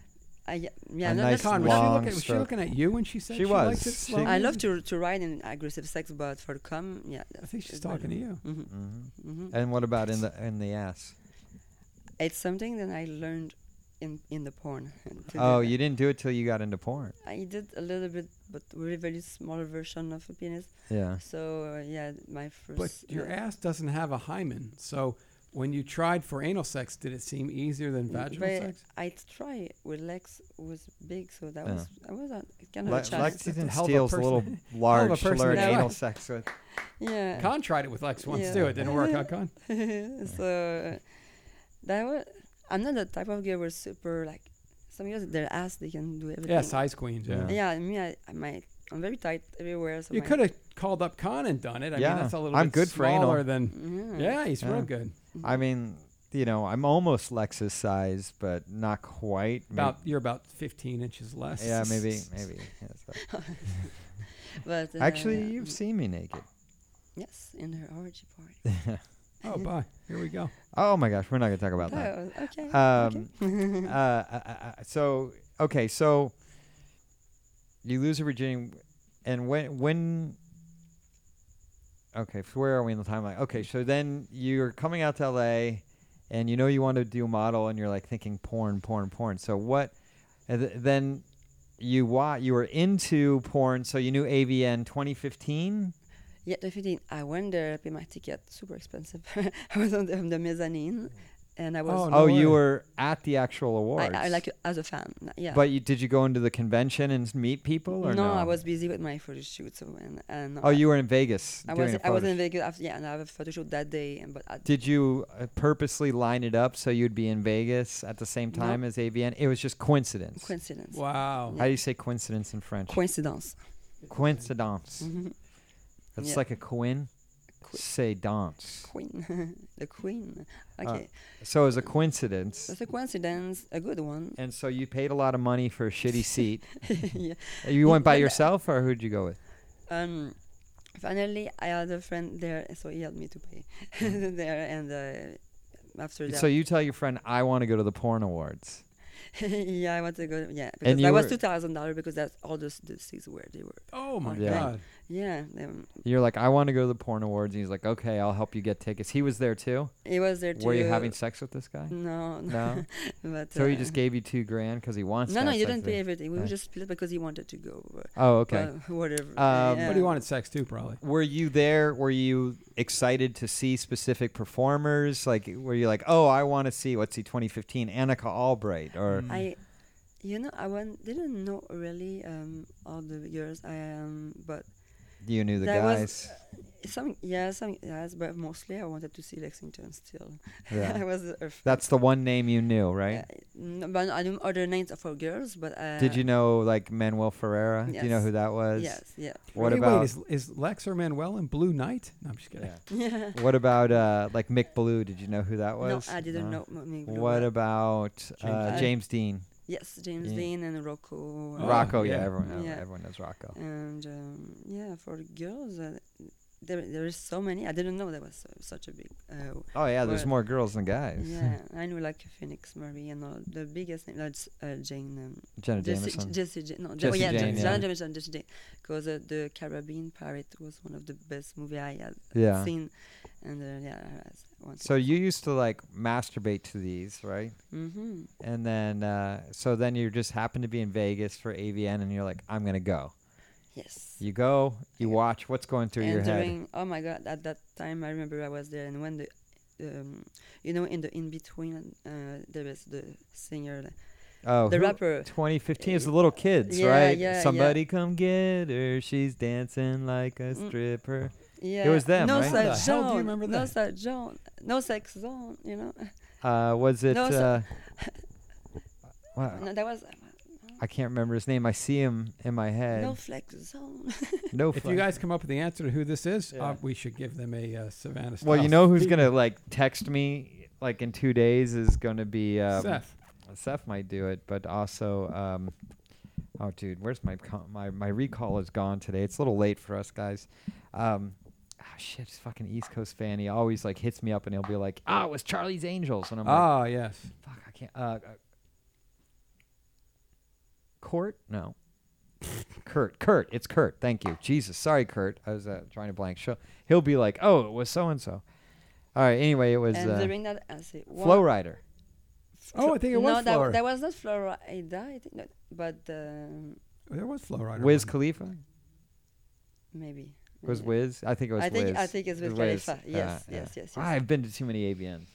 I yeah, yeah
a
no,
nice
that's-
Con, was, she
no,
long
looking, was she
stroke.
looking at you when she said
She
she, liked
was.
it?
She-
slow?
I love to to ride in aggressive sex but for come yeah
I think she's talking to you.
hmm
hmm
hmm
And what about in the in the ass?
it's something that I learned in in the porn. to do
Oh,
that.
you didn't do it till you got into porn.
I did a little bit, but really very small version of a penis.
Yeah.
So uh, yeah, my first.
But your
yeah.
ass doesn't have a hymen, so when you tried for anal sex, did it seem easier than vaginal
but
sex?
I try with Lex was big, so that
Yeah.
was I was a kind of
Le-
a challenge.
Lexington
Hell of a
Steele's a
person.
little
of a
large to
person
learn
to try.
anal sex with.
yeah.
Con tried it with Lex once
Yeah.
too. It didn't work out, Con.
so uh, that was. I'm not the type of girl who's super like. Some girls, their ass, they can do everything.
Yeah, size queens. Yeah.
Yeah.
Yeah, me, I, I might. I'm very tight everywhere. So
You
my-
could have called up Con and done it. I
Yeah.
mean, that's a little
I'm
bit
good for anal.
smaller than.
Yeah.
Yeah, he's
Yeah.
real good.
I mean, you know, I'm almost Lex's size, but not quite. May-
About you're about 15 inches less.
yeah, maybe, maybe. Yeah, so-
But uh,
Actually,
yeah.
you've seen me naked.
Yes, in her orgy party.
Oh, bye. Here we go.
Oh my gosh, we're not gonna talk about that.
Oh, okay.
Um, uh, uh, uh, uh, so okay, so you lose your virginity, and when when okay, f- where are we in the timeline? Okay, so then you're coming out to LA, and you know you want to do model, and you're like thinking porn, porn, porn. So what? And th- then you wa- you were into porn, so you knew AVN 2015.
yeah, definitely. I went there, I paid my ticket, super expensive. I was on the, on the mezzanine, and I was
no
oh, you
way.
were at the actual
I,
awards.
I like as a fan. Yeah.
Oh, But you, did you go into the convention and s- meet people or no?
I was busy with my photo shoot. So and, and
Oh,
I-
you were in Vegas.
I
doing
was
a
I was
photo
in
shoot.
Vegas. After, yeah, and I have a photo shoot that day. And but I,
Did you uh, purposely line it up so you'd be in Vegas at the same
No.
time as AVN? It was just coincidence.
coincidence.
Wow.
How do you say coincidence in French?
Coincidence.
coincidence.
Mhm.
That's
Yeah.
like a coin.
Qui-
Say dance.
Queen, the queen.
Uh,
Okay,
So it was a coincidence.
that's a coincidence, a good one.
And so you paid a lot of money for a shitty seat.
yeah.
You went by
Yeah, but-
yourself or who'd you go with?
Um, finally, I had a friend there, so he helped me to pay there. And uh, after that,
So you tell your friend, I want to go to the porn awards.
yeah, I want to go. Yeah, because
you
that was
were-
two thousand dollars because that's all those the seats were they were.
Oh my
Yeah.
God.
Yeah, um,
You're like, I want to go to the porn awards. And he's like, okay, I'll help you get tickets. He was there too.
it was there.
Were you
too.
having sex with this guy?
No,
No.
but
So he
uh,
just gave you two grand because he wants.
No,
to
no,
have
you
sex
didn't
with
pay
you.
everything. We
Right.
were just split because he wanted to go. but-
Oh, okay.
but whatever.
Um,
But he wanted sex too, probably.
were you there? Were you excited to see specific performers? Like, were you like, oh, I want to see let's see 2015 Annika Albright or
Mm. I, you know, I went, didn't know really um, all the years I am, but
you knew the
That was-
guys?
uh, some yeah, some yes, but mostly I wanted to see Lexington still. I
yeah.
was a f-
That's the one name you knew, right?
uh, no, but I knew other names for girls, but uh,
Did you know like Manuel Ferreira? Do you know
yes.
who that was?
Yes, yeah,
What
Hey,
about
Wait, is, is Lex or Manuel in Blue Knight? No, I'm just kidding.
yeah.
yeah.
what about uh, like Mick Blue? Did you know who that was?
no, I didn't
No?
know. m- me grew
What
up.
about uh,
Dean.
James Dean?
yes, James
Yeah.
Dean and Rocco.
Oh,
Rocco, yeah,
yeah.
everyone,
Yeah.
everyone knows Rocco.
and um, yeah, for girls, uh, there there is so many. I didn't know there was so, such a big. Uh,
Oh yeah, there's
But-
more girls than guys.
yeah, I knew like Phoenix Murray and all the biggest name. That's uh, Jane. Um,
Jenna
Jesse,
Jameson.
Jesse, Jane- no, Jesse
Jessie
oh yeah,
Jane,
Jane,
yeah.
Jane Jameson, Jesse Jane, because uh, the Caribbean Pirate was one of the best movie I had
yeah.
seen, and uh, yeah, I was- I want
So you used to like masturbate to these, right?
mm-hmm.
And then uh, so then you just happen to be in Vegas for AVN, and you're like, I'm gonna go.
yes.
You go, you watch what's going through your
and
head.
during oh my god, at that time I remember I was there, and when the, um, you know, in the in between, uh, there was the singer,
Oh,
the
who-
rapper. uh,
2015 is the little kids,
Yeah,
right?
yeah, yeah.
Somebody come get her. She's dancing like a
Mm.
stripper.
Yeah,
was them,
No
right?
How the
sex
hell do
zone.
you remember
No
that?
sex zone. No sex zone. You know.
Uh, was it?
No, so-
uh, wow,
No, that was
I can't remember his name. I see him in my head.
no flex zone.
No
If you
flag.
guys come up with the answer to who this is, uh,
Yeah.
we should give them a uh, Savannah.
Well, you
Stiles
know who's
beat.
gonna like text me like in two days is gonna be um,
Seth.
Seth might do it, but also, um, oh dude, where's my com- my my recall is gone today. It's a little late for us guys. Um, ah, shit, it's fucking East Coast fan. He always like hits me up and he'll be like, "Ah, it was Charlie's Angels," and I'm like,
Ah, yes.
"Fuck, I can't." Uh, uh, Court? No. Kurt, Kurt, it's Kurt. Thank you, Jesus. Sorry, Kurt. I was uh, trying to blank. Show. He'll be like, "Oh, it was so and so." All right. Anyway, it was
and
uh,
during that, I say,
Flow
one-
Rider.
Oh, I think it was
no, that,
Flora.
that was not Flora Ada, I think, no, but um,
there was Flow Rider.
Wiz
one.
Khalifa
maybe.
was
maybe.
Wiz. I think it was.
I think-
Wiz.
I think it's
It was
Wiz Khalifa. Yes, yes, yes, yes.
I've been to too many ABNs.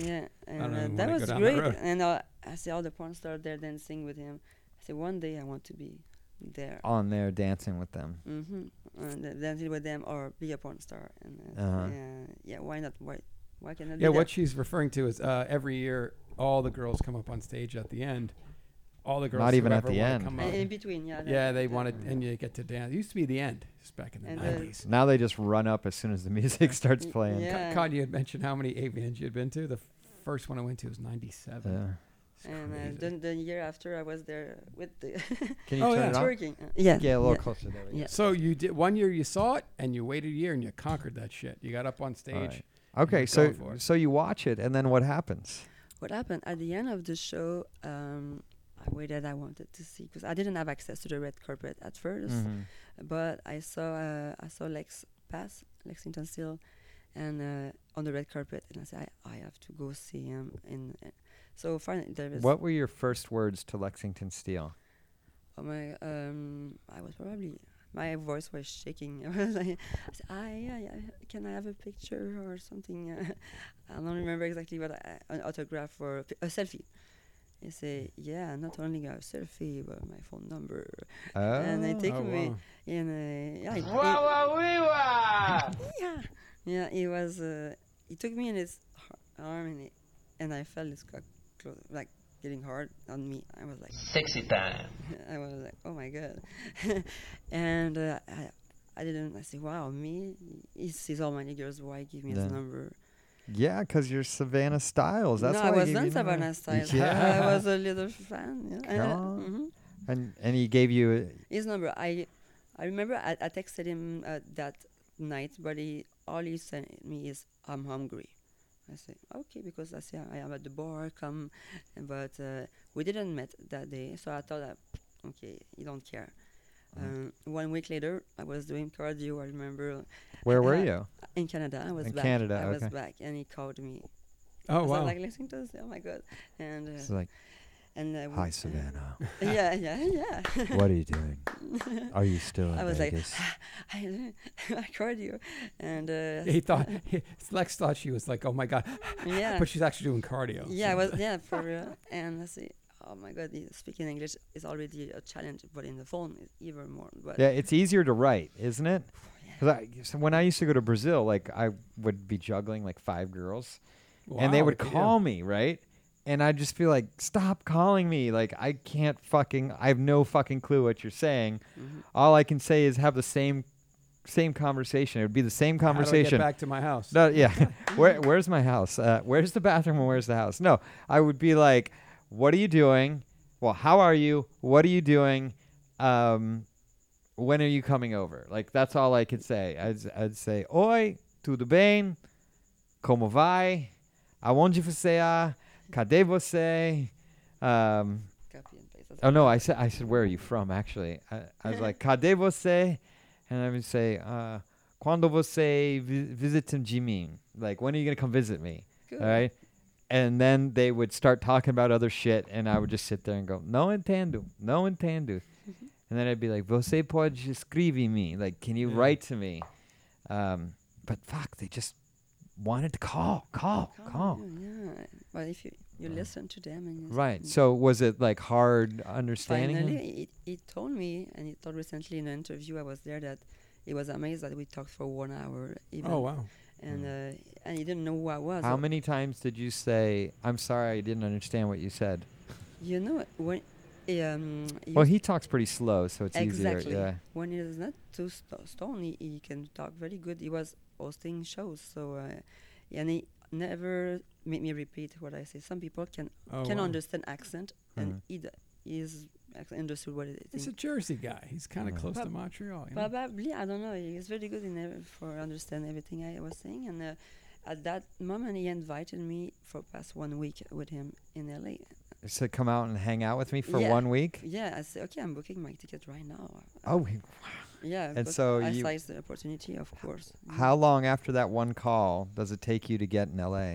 Yeah, and
even wanna
uh, that
go
was
down that
great.
road.
and uh, I see all the porn stars there dancing with him. I said, one day I want to be there.
On there dancing with them.
Mm-hmm. And uh, dancing with them or be a porn star. And uh,
Uh-huh.
yeah, yeah, why not? Why, why can't I
Yeah,
do
what
that?
she's referring to is uh, every year all the girls come up on stage at the end. All the girls,
Not even at
whoever
the
wanna
end.
come
And
up.
in between, yeah. that-
yeah, they
that-
wanted, and you get to dance. It used to be the end, just back in the
And, uh,
nineties.
Now they just run up as soon as the music starts
Y-
playing.
Mm, yeah.
Con, you had mentioned how many AVNs you had been to. The f- first one I went to was ninety-seven.
Yeah.
It's
And uh,
crazy.
then the year after, I was there with the
Can you
Oh,
turn
yeah.
it on?
twerking. Uh, yeah.
Yeah, a little
yeah.
closer there. we go.
Yeah.
so you did one year. You saw it, and you waited a year, and you conquered that shit. You got up on stage.
right. Okay,
You're
so
going for it.
so you watch it, and then what happens?
What happened at the end of the show? Um, I waited. I wanted to see because I didn't have access to the red carpet at 1st
Mm-hmm.
Mhm.
but I saw uh, I saw Lex pass Lexington Steele, and uh, on the red carpet, and I said I, I have to go see him. And uh, so finally there is
What were your first words to Lexington Steele?
Oh my! Um, I was probably my voice was shaking. I was like, I said, ah, yeah, yeah, can I have a picture or something? I don't remember exactly what I, an autograph or a pi- a selfie. He say, yeah, not only a selfie, but my phone number.
Oh,
And I think
Oh,
we
wow.
and uh, yeah, he- he- yeah, yeah. He was. Uh, he took me in his har- arm and, he, and I felt his cock close, like getting hard on me. I was like.
Sexy time.
I was like, oh my god, and uh, I, I didn't. I said, wow, me. He sees all my girls. Why give me
Yeah.
his number?
yeah, because you're Savannah Styles. That's
no,
why
I
he
was
gave you
not
the number.
Savannah Styles.
Yeah.
I was a little fan. Yeah. And, uh,
Come on.
mhm.
And and he gave you.
His number. I, I remember I, I texted him uh, that night, but he all he sent me is I'm hungry. I said okay because I say I am at the bar. Come, but uh, we didn't met that day, so I thought that okay, he don't care.
Mm-hmm.
Um, one week later, I was doing cardio. I remember
Where were
Uh,
you?
in Canada. I was
In
back.
Canada,
I was
okay.
back, and he called me.
Oh
I
wow!
was like listening to this. Oh my god! And uh,
It's like,
and uh, we-
hi Savannah,
Yeah, yeah, yeah.
what are you doing? Are you still in
I was like, "Ah,
Vegas?
I, I called you, and uh,
he thought Lex thought she was like, "Oh my god,"
yeah,
but she's actually doing cardio.
yeah,
so-
I was yeah for real. And I say, oh my god, he- speaking English is already a challenge, but in the phone it's even more. But Oh,
yeah, it's easier to write, isn't it? 'Cause I, so when I used to go to Brazil, like I would be juggling like five girls, and they
Wow,
would
good for you.
call me, right? And I'd just feel like, stop calling me. Like, I can't fucking, I have no fucking clue what you're saying.
Mm-hmm.
All I can say is have the same, same conversation. It would be the same
How do I get
conversation.
back to my house.
No, yeah. Where, where's my house? Uh, where's the bathroom and where's the house? No, I would be like, what are you doing? Well, how are you? What are you doing? Um, when are you coming over? Like, that's all I could say. I'd, I'd say, oi, tudo bem? Como vai? Aonde você é? ah, Cadê você? Um,
copy and paste.
Oh no, I said I said where are you from actually? I, I was like cadê você? And I would say uh, quando você vi- visita de mim? Like when are you gonna come visit me?
Good.
All right. And then they would start talking about other shit, and I would just sit there and go no entendo, no entendo. and then I'd be like você pode escrever me? Like can you
Yeah.
write to me? Um, but fuck, they just wanted to call, call,
Oh,
call.
Yeah, but if you you listen to them and you s-
Right.
mm.
So was it like hard understanding? them?
Finally, he, he told me, and he told recently in an interview I was there that he was amazed that we talked for one hour. Even,
Oh wow!
And uh, and he didn't know who I was.
Mm. How
Uh,
many times did you say, "I'm sorry, I didn't understand what you said"?
You know when. Um,
Well, he talks pretty slow, so it's
exactly
easier. Yeah.
when he is not too st- stony, he can talk very good. He was hosting shows, so uh, and he never made me repeat what I say. Some people can
Oh,
can
wow. Uh-huh.
understand accent,
Mhm.
and he d- he's acc- understood what it is.
He's a Jersey guy. He's kind of
Yeah.
close to
Prob-
Montreal. You know?
Probably, I don't know. He's very good in ev- for understand everything I was saying. And uh, at that moment, he invited me for past one week with him in LA.
So come out and hang out with me for
Yeah.
one week.
Yeah, I said, okay, I'm booking my ticket right now.
Oh, wait,
Yeah,
And
but
so
I
you-
seized the opportunity, of course.
how long after that one call does it take you to get in LA?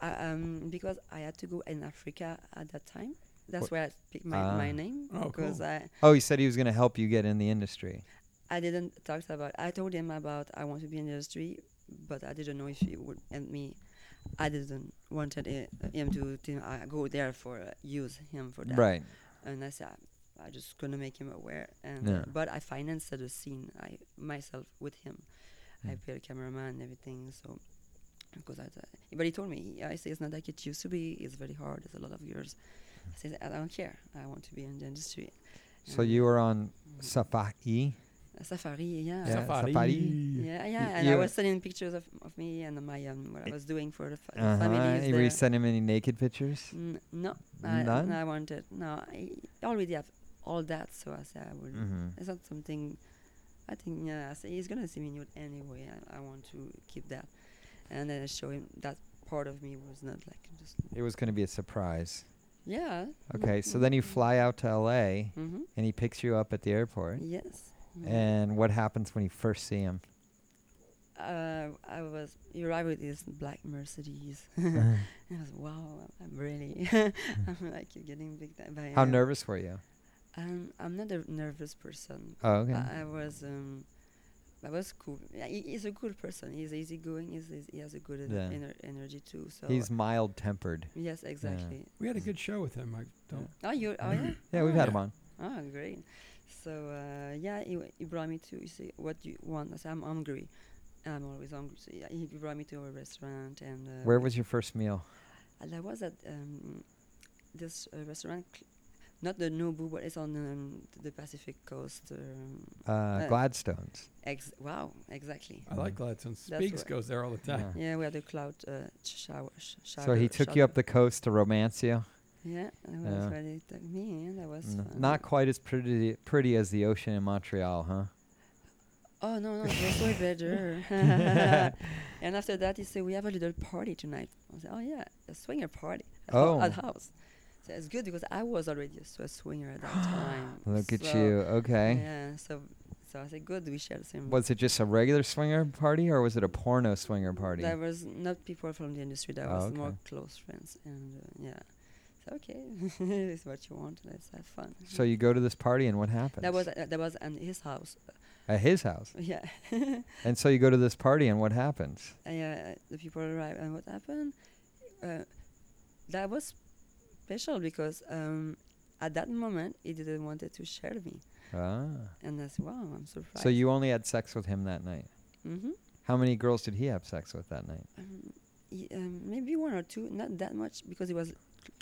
I, um, because I had to go in Africa at that time. That's
What-
where I picked my,
Ah.
my name
Oh,
because
cool.
I,
Oh, he said he was going to help you get in the industry.
I didn't talk about. I told him about I want to be in the industry, but I didn't know if he would and me. I didn't wanted i- him to think I go there for uh, use him for that.
Right.
And I said I, I just gonna make him aware. And
Yeah.
but I financed the scene I myself with him. I
Mm.
paid a cameraman and everything. So because I, th- but he told me I say it's not like it used to be. It's very hard. There's a lot of girls. I said I don't care. I want to be in the industry.
So
And
you were on Safari.
Safari, yeah.
Yeah,
Safari.
Safari.
Yeah, yeah, and
you-
I was sending pictures of, of me and my um, what I was doing for the fa- the
Uh-huh.
families
You- Were you
there.
sending him any naked pictures?
N- no, I,
None?
I wanted no. I already have all that, so I said I would.
Mm-hmm.
It's not something. I think yeah. I say he's gonna see me nude anyway. I, I want to keep that, and then I show him that part of me was not like just
It was going to be a surprise.
yeah.
Okay, so then you fly out to LA
Mm-hmm.
and he picks you up at the airport.
Yes. mhm.
And what happens when you first see him?
uh, I was you arrived with this black Mercedes.
Uh-huh.
And I was wow, I'm really I'm like you're getting big time by
How
um,
nervous were you?
Um, I'm not a nervous person.
Oh, okay.
I, I was um, I was cool. Yeah, he, he's a cool person. He's easygoing. He's, he's, he has a good ener-
Yeah.
ener- energy too. So
He's mild tempered.
yes, exactly.
We had a good show with him. I don't.
Oh, you oh yeah.
Yeah, we've had
Yeah.
him on.
Oh, great. So uh, yeah, he, w- he brought me to. He said, "What do you want?" I said, "I'm hungry. I'm always hungry." So yeah, he brought me to a restaurant and uh,
Where was your first meal?
And I was at um, this uh, restaurant, cl- not the Nobu, but it's on um, th- the Pacific coast. Um,
Uh, Gladstone's.
ex- wow, exactly.
Ah.
I like Gladstone.
That's
Speaks
what-
goes there all the time.
Yeah, we had a cloud uh, sh- shower, sh- shower.
So he took you up
shelter.
the coast to romance you.
Yeah, I was
Yeah.
ready to me, and that was uh,
N-
fun.
Not quite as pretty pretty as the ocean in Montreal, huh?
Oh no, no, it was way better. and after that, he said, "We have a little party tonight." I said, "Oh yeah, a swinger party at, ho- at
Oh.
house." So it's good because I was already a, s- a swinger at that time.
Look at
So,
you. eh? Okay.
Yeah, so so I said, "Good, we share the same."
Was it just a regular swinger party or was it a porno swinger party?
There was not people from the industry. There
Oh,
was
okay.
more close friends, and uh, yeah, so okay, it's what you want. Let's have fun.
So you go to this party and what happens?
that was uh, that was in his house.
at his house.
Yeah,
And so you go to this party and what happens?
yeah. The people arrived, and what happened? Uh, that was special because um, at that moment he didn't wanted to share me,
Ah.
and I said, "Wow, I'm surprised."
So you only had sex with him that night.
hmm
How many girls did he have sex with that night?
Um, he, um, maybe one or two, not that much, because he was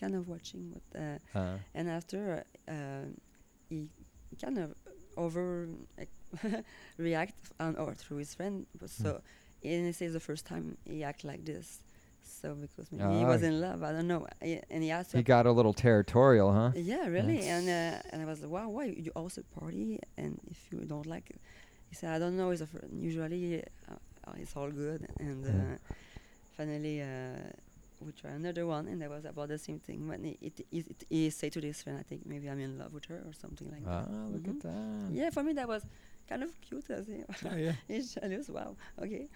kind of watching what. Uh,
Uh,
and after uh, he kind of over like, react on or through his friend but so and he says the first time he act like this so because maybe he
Ah,
was
he-
in love i don't know I, and he asked
he
her-
got a little territorial, huh?
yeah really and uh, and i was like wow why you also party and if you don't like it he said i don't know it's a fir- usually uh, uh, it's all good and uh,
Yeah.
finally uh, we try another one and that was about the same thing when he, it, it, it, he said to this friend i think maybe i'm in love with her or something like
Ah,
that
look at that.
Mhm. yeah for me that was kind of cute as he
Oh, yeah.
he's jealous wow okay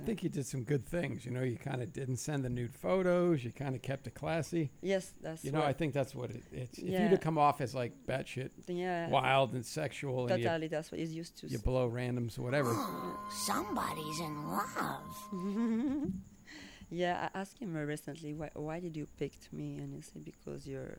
I think you did some good things. You know, you kind of didn't send the nude photos. You kind of kept it classy.
yes that's
You know, I
what-
think that's what it, it's. If you'd
Yeah.
have come off as like batshit
yeah
wild and sexual, and you,
totally that's what he's used to
you blow randoms or whatever,
Somebody's in love.
Yeah, I asked him uh, recently why why did you pick me, and he said because you're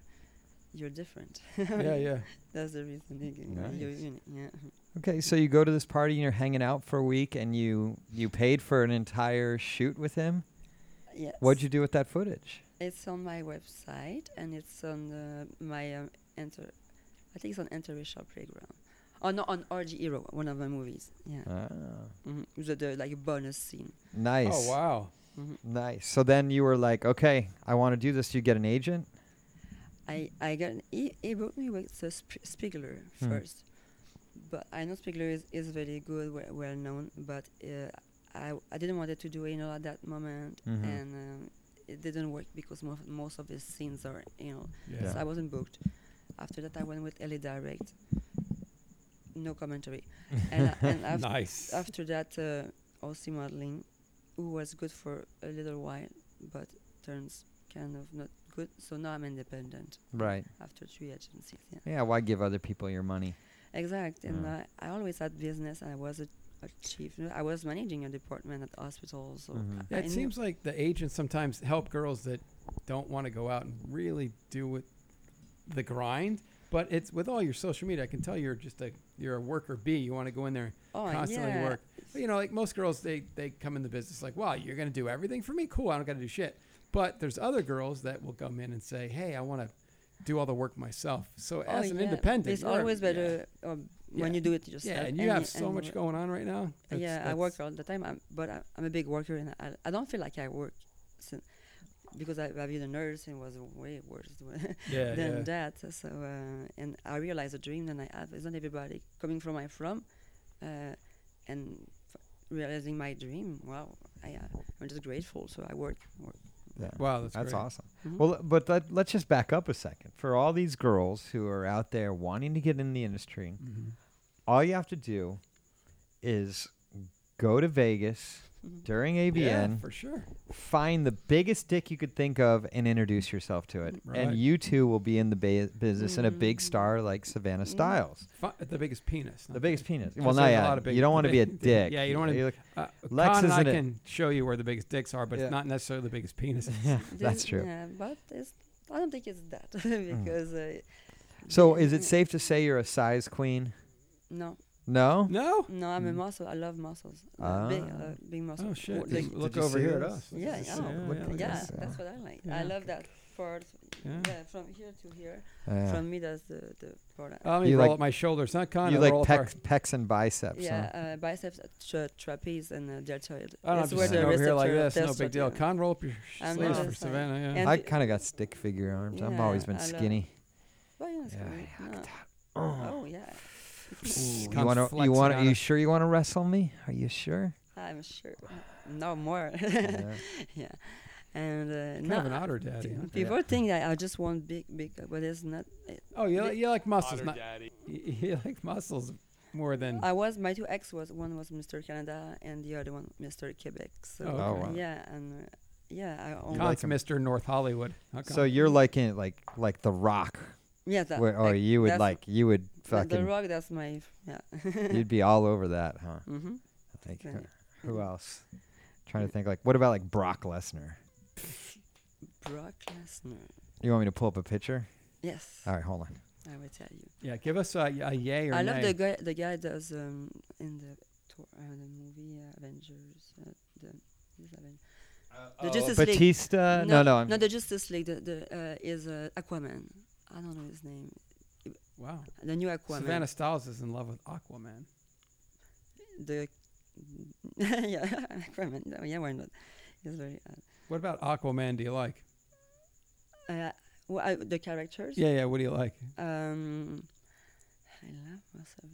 you're different.
yeah, yeah.
That's the reason. He gave me. You're
Nice.
uni- yeah.
Okay, so you go to this party and you're hanging out for a week and you you paid for an entire shoot with him.
Yes.
What'd you do with that footage?
It's on my website and it's on uh, my um, enter. I think it's on interracial playground. Oh no, on RG Hero, one of my movies. Yeah,
Ah,
Mhm. the, the like bonus scene.
nice.
Oh wow.
Nice. So then you were like, okay, I want to do this. Do you get an agent?
I I got an- he, he booked me with the sp- Spiegler
Hmm.
first, but I know Spiegler is, is very good, well, well known, but uh, I I didn't want to do anal at that moment,
Mhm.
and um, it didn't work because most most of his scenes are anal,
Yeah.
so I wasn't booked. After that, I went with LA Direct. No commentary, and, I- and after
nice.
after that, uh, OC modeling, who was good for a little while, but turns kind of not good. So now I'm independent
Right.
after three agencies. Yeah.
Yeah. Why give other people your money?
Exact. And
Mm.
I, I always had business. I was a, a chief. I was managing a department at hospital. So
Mhm.
Yeah,
I- I
it
knew-
Mm-hmm. seems like the agents sometimes help girls that don't want to go out and really do with the grind. But it's with all your social media, I can tell you're just a you're a worker bee. You want to go in there
Oh,
and constantly
yeah.
work. But, you know, like most girls, they they come in the business like, wow, you're gonna do everything for me. Cool, I don't gotta do shit. But there's other girls that will come in and say, hey, I want to do all the work myself. So
Oh,
as an
yeah.
independent,
it's
you're-
always
yeah.
better um, when
Yeah.
you do it
Yeah,
yourself.
and you have so
and
much
wh-
going on right now. That's-
yeah, I
that's-
work all the time, I'm, but I, I'm a big worker, and I, I don't feel like I work, so, because I, I've been a nurse and was way worse than
Yeah, yeah.
that. So, uh, and I realize a dream that I have is not everybody coming from where I'm from, uh, and f- realizing my dream. Wow, I, uh, I'm just grateful. So I work, work.
Yeah.
Wow, that's,
That's
great. Mm-hmm.
awesome. Well, but let, let's just back up a second. For all these girls who are out there wanting to get in the industry,
Mm-hmm.
all you have to do is go to Vegas during ABN,
Mm-hmm. Yeah, for sure.
find the biggest dick you could think of, and introduce yourself to it.
Mm, Right. Mm-hmm.
And you too will be in the ba- business and a big star like Savannah Styles.
Fi- uh, the biggest penis.
The
not
biggest penis. Well,
Because
not
there's a
yet.
lot of big-
you don't want to be a
big-
dick.
Yeah, you don't want
You're
to.
like,
Uh,
Lex
Con and I
isn't a-
can show you where the biggest dicks are, but
Yeah.
it's not necessarily the biggest penises.
Yeah, that's
This-
true.
Yeah, but it's, I don't think it's that because uh,
So, is it safe to say you're a size queen?
no,
No.
no.
no, I'm a muscle. I love muscles. Uh, big,
Ah.
uh, big muscle.
Mm. Oh shit!
Like,
Did-
look
did you
over
see
here at
this?
us.
Look
Yeah,
at this.
yeah,
look at
look
yeah,
at
this,
that's
yeah.
what I like.
Yeah.
I love that part.
Yeah.
Yeah. from here to here.
Yeah.
From me, that's the the part. I-
Oh, let me
You
roll
like-
up my shoulders. Not con.
you
I
like
roll up our-
pecs, pecs and biceps.
yeah,
huh?
uh, biceps, uh, tra- trapeze, and uh, deltoid.
I don't know,
That's where
I'm just
the
sitting over here like
receptor
this. No
test
big
would
deal.
be.
Con, roll up your
I'm
sleeves
not
for
a size-
Savannah. Yeah.
and
I
d-
kind of got stick figure arms. I've
Yeah,
always
I
been
love-
skinny.
Well, yeah, it's
Yeah,
good.
yuck,
No.
that-
Oh yeah,
Ooh,
you
Con's
want to? You
flexing
want?
on
Are you
us.
sure you want to wrestle me? Are you sure?
I'm sure. No more.
Yeah.
yeah, and uh,
Kind of an
no.
otter daddy. huh?
People think I, I just want big, big, but it's not. It,
Oh, you
Th-
like, you like muscles, not you you like muscles more than.
I was my two ex was one was Mr. Canada and the other one Mr. Quebec. So
Oh, okay.
Oh, wow.
yeah, and uh, yeah, I only
Con's
him.
Mr. North Hollywood. Huh, Con?
So you're like in like like the Rock,
yeah that
where, or
like,
you would
that's-
like you would
the- the
fucking
rock. That's my f- yeah.
you'd be all over that, huh?
hmm
Like
Yeah.
uh,
Mm-hmm.
who else? trying to think like what about like Brock Lesnar?
Brock Lesnar.
You want me to pull up a picture?
Yes,
All right, hold on.
I will tell you.
yeah, give us a, a yay or
I love
nay.
the guy. The guy does um in the tour, uh, the movie uh, Avengers. Uh, the is Aven- The Justice League.
Batista? No, no, I'm,
no, the Justice League. The, the uh, is uh, Aquaman. I don't know his name.
wow.
The new Aquaman.
Savannah Styles is in love with Aquaman.
The yeah, Aquaman. No, yeah, why not? He's very. Uh,
What about Aquaman? Do you like?
Uh, well, I, the characters.
Yeah, yeah. What do you like?
Um, I love muscle.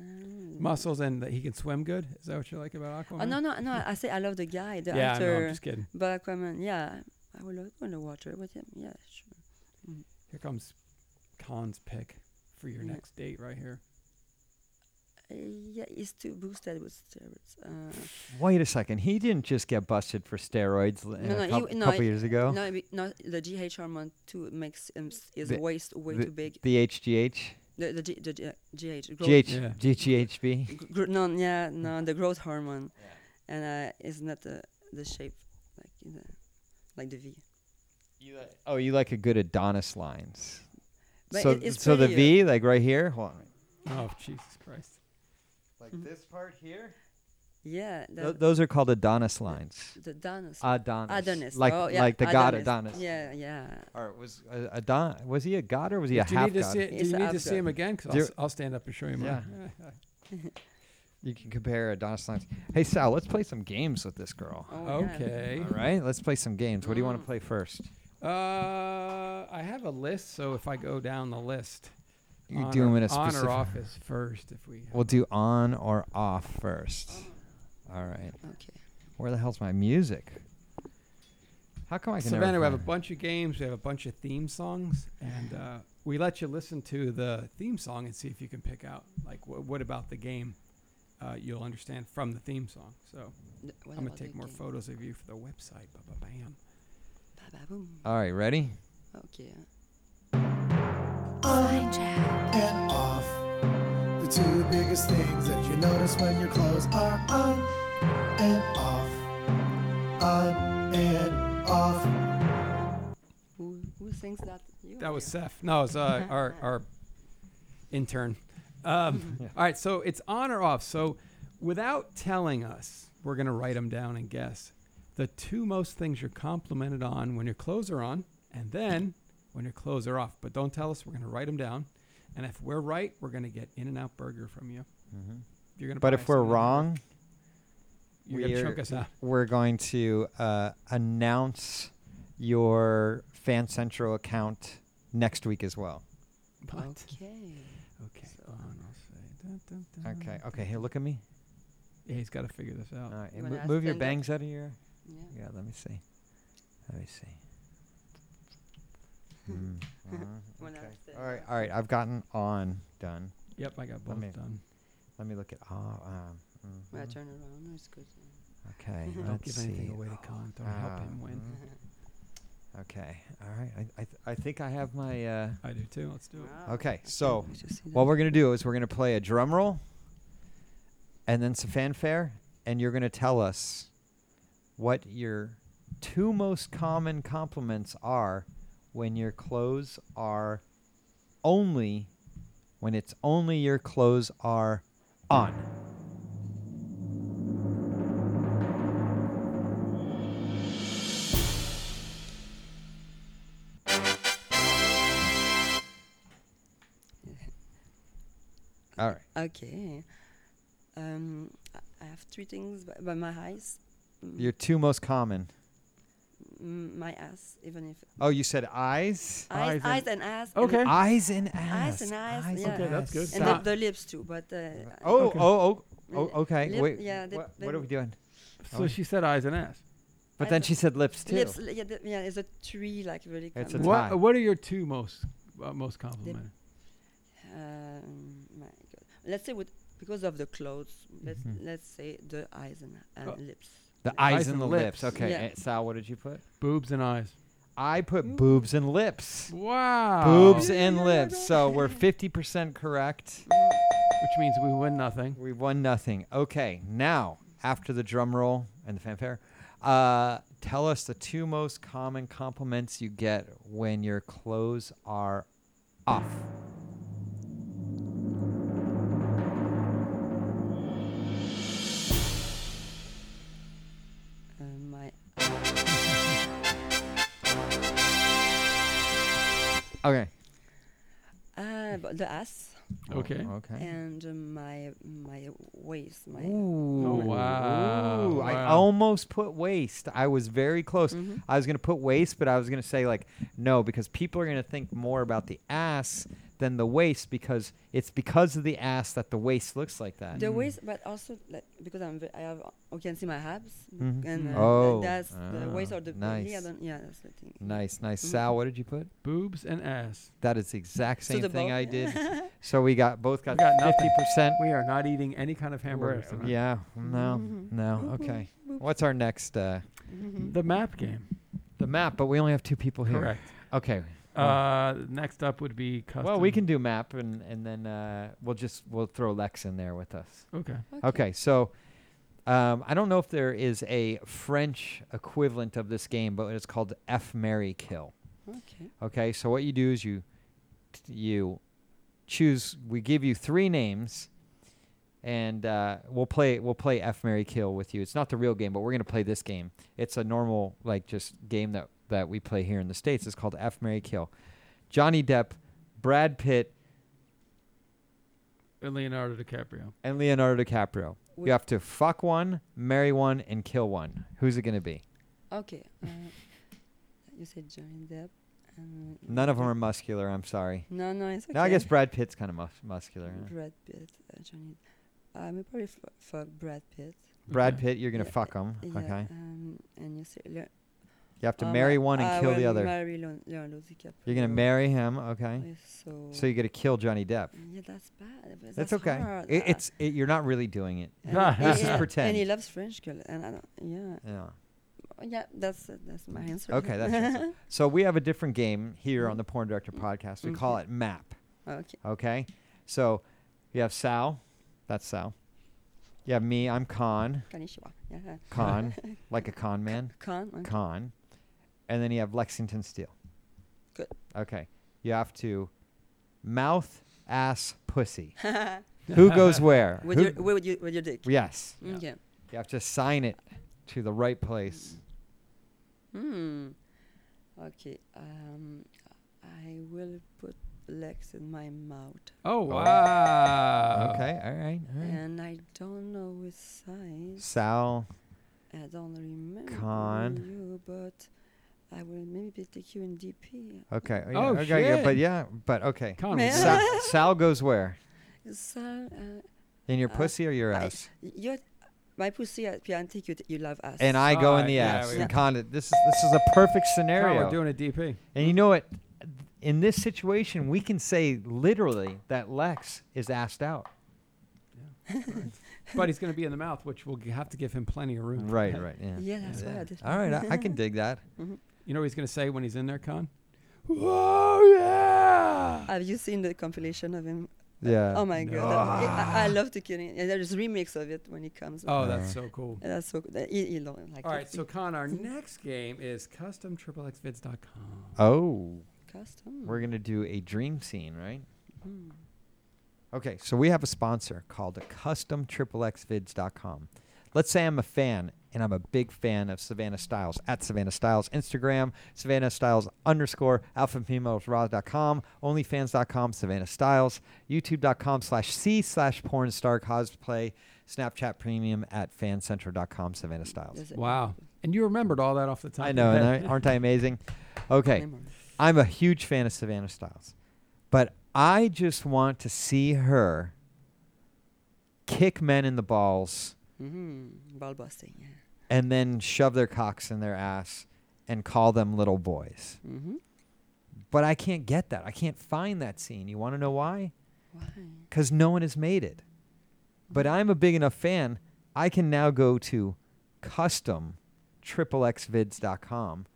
Um,
Muscles and that he can swim good. Is that what you like about Aquaman?
Oh no no no! I say I love the guy, the
yeah, I know,
actor.
I'm just kidding.
But Aquaman, yeah, I will go in the water with him. Yeah, sure.
Here comes Khan's pick for
Mm.
your
Yeah.
next date right here.
Uh, yeah, he's too boosted with steroids. Uh,
Wait a second. He didn't just get busted for steroids l- in
No,
a
no, he-
coup-
no,
couple
it-
years
Oh.
ago.
No, be- no, the GH hormone too makes him s- his
The-
waist way too big.
The HGH,
The the, G, the G, GH growth.
GH,
Yeah.
GHB.
gr- gr- no, yeah,
Hmm.
no, the growth hormone, and uh, it's not the the shape like in the like the V.
oh, you like a good Adonis lines.
But
so
it- it's
so the
pretty, uh,
V, like right here. Hold on.
Oh Jesus Christ!
Like this part here.
Yeah,
Th-
Mm-hmm. the,
those are called Adonis lines.
the Adonis.
Adonis.
Adonis.
Like
oh, yeah,
like the god Adonis.
Yeah, yeah.
Or was uh, Adon? Was he a god or was he a
do you
half
need to
god?
see? It, do
It's
you need to
half
see him again? Because I'll,
Zero-
s- I'll stand up and show you. Mine.
You can compare Adonis lines. Hey Sal, let's play some games with this girl.
Oh, yeah.
Okay.
All right, let's play some games. What do you
Mm.
want to play first?
Uh, I have a list, so if I go down the list,
You
on
do
or-
them in a
on
specific.
or off is first. If we
We'll do on or off first. All right.
Okay.
Where the hell's my music? How come I can
Savannah,
never
we have a
find-
bunch of games. We have a bunch of theme songs, and uh, we let you listen to the theme song and see if you can pick out like wh- what about the game uh, you'll understand from the theme song. So
Th- what
I'm gonna
about
take
the
more
game?
photos of you for the website. Ba ba bam.
Ba-ba-boom.
All right, ready?
Okay. uh,
and off. The two biggest things that you notice when your clothes are on and off. On and off.
Who, who sings that? You?
That was Seth. No, it was uh, our our intern. Um, All right, so it's on or off. So without telling us, we're gonna write them down and guess the two most things you're complimented on when your clothes are on, and then when your clothes are off. But don't tell us. We're gonna write them down, and if we're right, we're gonna get In and Out Burger from you. You're gonna.
But
buy
if we're
some In-N-Out
wrong,
Burger. you're gonna
we're-
choke us out.
we're going to uh, announce your Fan Central account next week as well.
But
Oh, Okay.
okay,
So-
on, I'll say, dun, dun, dun.
Okay. Okay. Hey, look at me.
Yeah, he's got to figure this out.
All right.
You
mo-
wanna
move your
stand up?
bangs out of your.
Yeah.
Yeah. Let me see. Let me see. Mm, uh,
Wanna
okay.
stand
All right. All right. I've gotten on done.
Yep, I got both
me-
done.
Let me look at off. Um,
When I
mhm.
turn around, it's good.
Okay.
Don't
let's
give
see.
anything away to Colin. Don't help him win.
Mhm. Ah, Okay. All right. I I, th- I think I have my. Uh,
I do too. Let's do it.
Wow.
okay. So
I should see
what
that.
we're gonna do is we're gonna play a drum roll, and then some fanfare, and you're gonna tell us what your two most common compliments are when your clothes are only when it's only your clothes are on. All right.
Okay. Um, I- I have three things by, by my eyes. Mm,
Your two most common.
mm, my ass, even if
Oh, you said eyes?
Eyes
eyes,
and-
eyes and ass. and
Okay.
Eyes and ass.
Eyes and eyes, yeah.
Okay, that's good.
And
Ah.
the, the lips too, but uh,
Oh,
Okay.
oh, oh,
Lip-
oh, okay.
lip-
Wait.
yeah,
wha-
lip-
what,
lip-
are we doing?
So she said eyes and ass.
But
I
then
don't-
she said lips too.
lips. li- Yeah, the, yeah, it's a tree like really.
It's
common.
a tie.
What What are your two most uh, most complimented?
Um, my God. Let's say with because of the clothes. Let's
Mhm.
let's say the eyes and, and
Oh.
lips.
The eyes and the lips. Okay.
Yeah.
eh, Sal, what did you put?
Boobs and eyes.
I put boobs and lips.
Wow.
Boobs and lips. So we're 50% correct.
Which means we win nothing.
We won nothing. Okay. Now, after the drum roll and the fanfare, uh, tell us the two most common compliments you get when your clothes are off.
Uh, my
Okay.
ah, but the ass
Okay.
Okay.
and uh, my my waist. My
Ooh.
Oh, wow.
Ooh, I
Wow.
almost put waste. I was very close.
Mm-hmm.
I was going to put waste, but I was going to say, like, no, because people are going to think more about the ass than the waist because it's because of the ass that the waist looks like that.
the waist, but also like, because I'm ve- I have I can see my abs
Mhm.
and uh,
Mm.
th-
Oh,
that's the waist
ah,
or the
nice.
yeah, I don't- yeah that's the thing.
Nice, nice.
Mm-hmm.
Sal, what did you put?
Boobs and ass.
That is the exact
So
same
the
thing
both-
I did. so we got both got
We got nothing.
50%.
We are not eating any kind of hamburgers
We're-
tonight.
yeah, no,
Mm-hmm.
no. Okay. What's our next? Uh,
The map game.
the map, but we only have two people here.
Correct.
Okay.
Uh, next up would be custom.
Well, we can do map, and and then uh, we'll just we'll throw Lex in there with us.
Okay.
Okay.
Okay, so um, I don't know if there is a French equivalent of this game, but it's called F Mary Kill.
Okay.
Okay, so what you do is you you choose. We give you three names, and uh, we'll play we'll play F Mary Kill with you. It's not the real game, but we're gonna play this game. It's a normal like just game that that we play here in the states. It's called F Mary Kill. Johnny Depp, Brad Pitt,
And Leonardo DiCaprio.
and Leonardo DiCaprio.
Would-
You have to fuck one, marry one, and kill one. Who's it gonna be?
Okay. Uh, you said Johnny Depp. And
None of them are muscular. I'm sorry.
No, no, it's okay.
Now I guess Brad Pitt's kind of mus- muscular. huh?
Brad Pitt, uh, Johnny. I'm probably f- for Brad Pitt.
Brad
Okay.
Pitt, you're gonna
Yeah,
fuck him.
Yeah,
Okay.
Um, and you say Le-
You have to
um,
marry one and
I
kill the
will
other.
Marry Leon- Leonardo DiCaprio.
You're gonna marry him. Okay.
Uh, So.
So you gotta kill Johnny Depp.
yeah, that's bad. but
That's
that's
okay.
hard,
It,
uh,
it's it, you're not really doing it.
and-
This
yeah,
is
yeah,
pretend.
And he loves French girl, and I don't. Yeah.
Yeah.
yeah, that's that's my answer.
Okay, that's your answer. so we have a different game here on the Porn Director Podcast. We call it
Mm-hmm.
MAP.
okay.
Okay, so you have Sal, that's Sal. You have me. I'm Con,
Konnichiwa. Yeah.
Con, like a con man,
Con. okay.
Con, and then you have Lexington Steel.
Good.
Okay, you have to mouth ass pussy. Who goes where?
With
Who-
your with your with your dick. Mm,
yes,
Okay.
you have to sign it to the right place.
Hmm. Okay. Um, I will put legs in my mouth,
Oh wow.
Okay, all right, all right.
and I don't know which size.
Sal,
I don't remember
Con.
you, but I will maybe take you in DP.
Okay. yeah,
Oh,
okay, yeah, but
shit.
yeah, but okay.
Con,
Man.
relax.
Sal, Sal goes where?
So, uh,
In your
Uh,
pussy or your
I-
ass?
you, my pussy, I I think you, you love us.
And I go in
Alright,
the
yeah,
ass.
we-
And Con, this is this is a perfect
Con,
scenario.
we're doing a DP.
and you know what? In this situation, we can say literally that Lex is asked out.
But he's going to be in the mouth, which we'll g- have to give him plenty of room.
Right. Right. Yeah.
Yeah, that's what I did.
All right. I, I can dig that.
You know what he's going to say when he's in there, Con? Whoa, yeah.
Have you seen the compilation of him?
Yeah.
oh my god! that- I, I love to kill him. And there's remix of it when he comes.
Oh, that's so cool.
And that's so. That he, he don't like.
All
it.
right, so Con, our next game is customxxvids.com.
Oh,
custom.
we're gonna do a dream scene, right? Okay. So we have a sponsor called CustomXXXVids.com. Let's say I'm a fan and I'm a big fan of Savannah Styles at Savannah Styles Instagram, Savannah Styles underscore alpha females raw.com, onlyfans.com, Savannah Styles, youtube.com slash C slash porn star cosplay, Snapchat premium at fancentral.com, Savannah Styles.
Does it-
Wow. And you remembered all that off the top
I
of
know,
your
and
head.
I, aren't I amazing? Okay.
Memory.
I'm a huge fan of Savannah Styles, but I just want to see her kick men in the balls
Mhm, Ball busting. Yeah.
and then shove their cocks in their ass and call them little boys.
Mm-hmm.
But I can't get that. I can't find that scene. You want to know why?
Why?
Because no one has made it. But I'm a big enough fan. I can now go to custom xxxvids.com,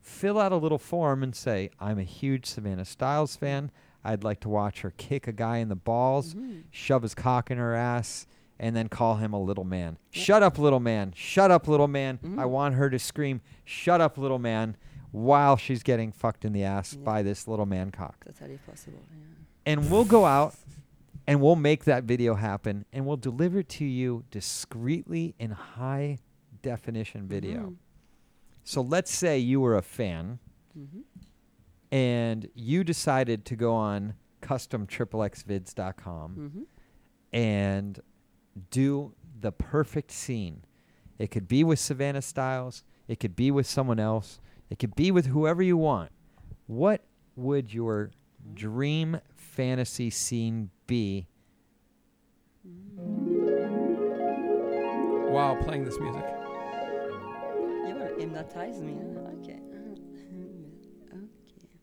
fill out a little form and say, I'm a huge Savannah Styles fan. I'd like to watch her kick a guy in the balls,
Mm-hmm.
shove his cock in her ass, and then call him a little man. Shut up, little man. Shut up, little man. I want her to scream, Shut up, little man, while she's getting fucked in the ass
Yeah.
by this little man cock
Totally possible. Yeah.
and we'll go out and we'll make that video happen and we'll deliver it to you discreetly in high definition video. So let's say you were a fan
Mm-hmm.
and you decided to go on custom xxxvids.com
Mm-hmm.
and do the perfect scene. It could be with Savannah Styles, it could be with someone else, it could be with whoever you want. What would your dream fantasy scene be?
While playing this music.
You want to hypnotize me? huh? Okay. Uh, okay.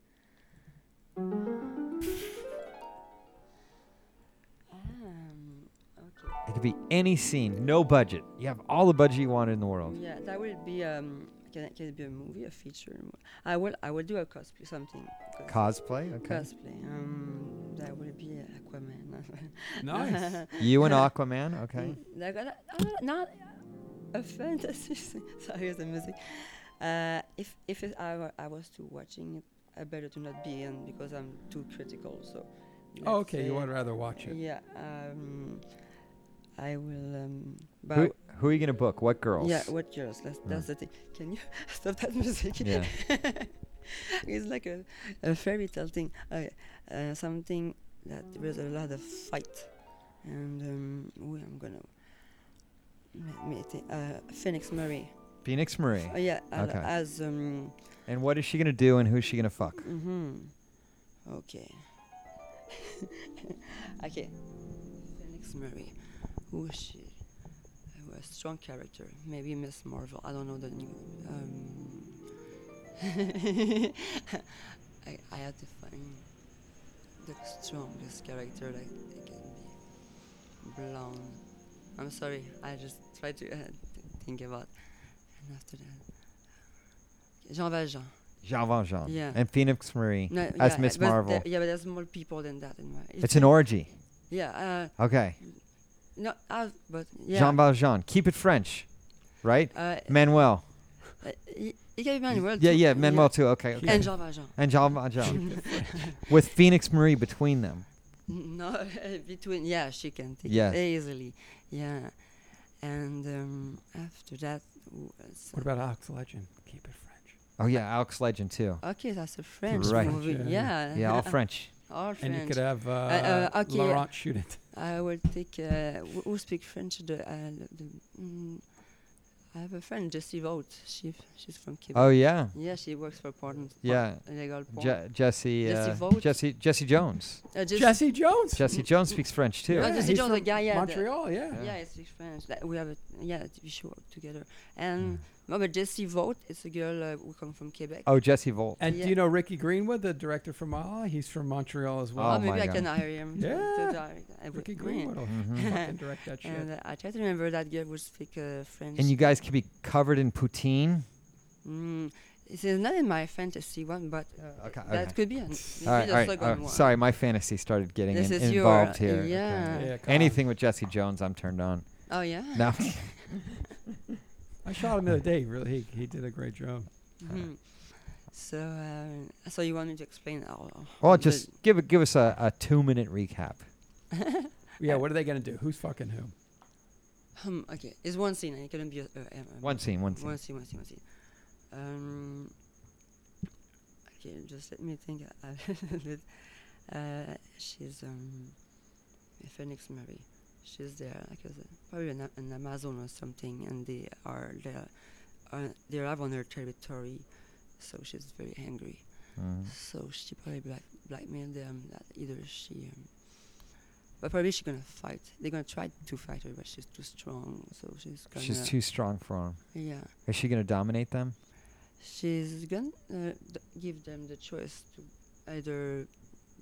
Um, okay.
It could be any scene, no budget. You have all the budget you want in the world.
Yeah, that will be um. Can, it- can it be a movie, a feature? I will. I will do a cosplay something. Cos-
Cosplay? Okay.
Cosplay. Um, that will be Aquaman.
Nice.
You and Aquaman? Okay.
Like, uh, uh, not a fantasy. scene. Sorry, the music. Uh, if if it, I, were, I was to watching it, I better to not be in because I'm too critical. So.
Oh,
let's
okay.
say-
You would rather watch it.
Yeah. Um, I will. Um, buy-
Who, who are you going to book? What girls?
yeah, what yours? That's, that's the thing. Can you stop that music?
Yeah.
it's like a, a fairy tale thing. Okay. Uh, something that there's a lot of fight. And um, we, I'm gonna. Let me think. Uh, Phoenix Murray.
Phoenix Marie.
Oh, yeah, I'll-
Okay.
as. Um,
And what is she going to do and who's she going to fuck?
hmm Okay. okay. Phoenix Murray. Who is she? Uh, A strong character. Maybe Miss Marvel. I don't know the new. Um, I, I had to find the strongest character that they can be. Blonde. I'm sorry. I just tried to uh, th- think about. And after that, Jean Valjean.
Jean Valjean
Yeah.
and Phoenix Marie
No,
as
yeah,
Miss
but there-
Marvel.
yeah, but there's more people than that in my.
it's an orgy.
Yeah. Uh,
Okay.
no, uh, but yeah.
Jean Valjean. Keep it French, right?
Uh,
Manuel.
uh, he, he gave Manuel.
yeah,
too.
yeah, Manuel too. Okay, okay.
And Jean Valjean.
And Jean Valjean. With Phoenix Marie between them.
No, between yeah, she can take
Yes.
it easily. Yeah, and um, after that, was,
What about Ox Legend? Keep it French.
Oh yeah, Alex Legend too.
okay, that's a French
Right.
movie.
French,
Yeah,
Yeah, all French.
all
And
French.
you could have uh,
uh, okay, uh,
Laurent shoot it.
I will take uh, who- who speak French. The, uh, the mm, I have a friend, Jessie Vogt. She she's from Quebec.
Oh yeah,
Yeah, she works for porn.
Yeah.
legal porn.
Je- Jesse.
Jesse
Uh,
Vogt.
Jesse. Jesse Jones.
uh, just-
Jesse Jones.
Jesse Jones speaks French too.
Yeah. Jesse
he's
Jones, the
from
guy, yeah, the-
Montreal, yeah.
Yeah, it's speaks French. Like, we have a yeah, we should work together. And no, but Jessie Vogt is a girl uh, who come from Quebec.
Oh, Jesse Volt.
And
Yeah.
do you know Ricky Greenwood, the director from Mala? He's from Montreal as well.
Oh
Oh, maybe
my
I
God.
can hire him. to- to
Yeah.
direct. I would-
Ricky
yeah.
Greenwood will
Mm-hmm.
fucking direct that shit.
And uh, I try to remember that girl who speak uh, French.
And you guys could be covered in poutine.
Mm, it's not in my fantasy one, but uh,
okay,
that
okay.
could be, an, maybe
All right,
the
all right,
second
all right.
one.
Sorry, my fantasy started getting
This
in-
is your-
involved here. Okay.
yeah.
Yeah, come on.
Anything with Jesse Jones, I'm turned on.
Oh yeah.
No.
I shot him the other day. Really, he, he did a great job.
Mhm. So, uh, so you want me to explain how?
well,
the-
just give it, give us a, a two minute recap.
Uh,
Yeah, what are they gonna do? Who's fucking who?
um, okay. It's one scene, and it couldn't be a, a- a- a-
One scene, one scene.
One scene, one scene, one scene. Um, okay, just let me think a little bit. Uh, she's um, Phoenix Mary. She's there, like as a- probably an, an Amazon or something, and they are there. Uh, they are on her territory, so she's very angry.
Mm.
So she probably black, blackmailed them that either she, um, but probably she's gonna fight. They're gonna try to fight her, but she's too strong. So she's gonna.
She's too strong for him.
Yeah,
Is she gonna dominate them?
she's gonna uh, d- give them the choice to either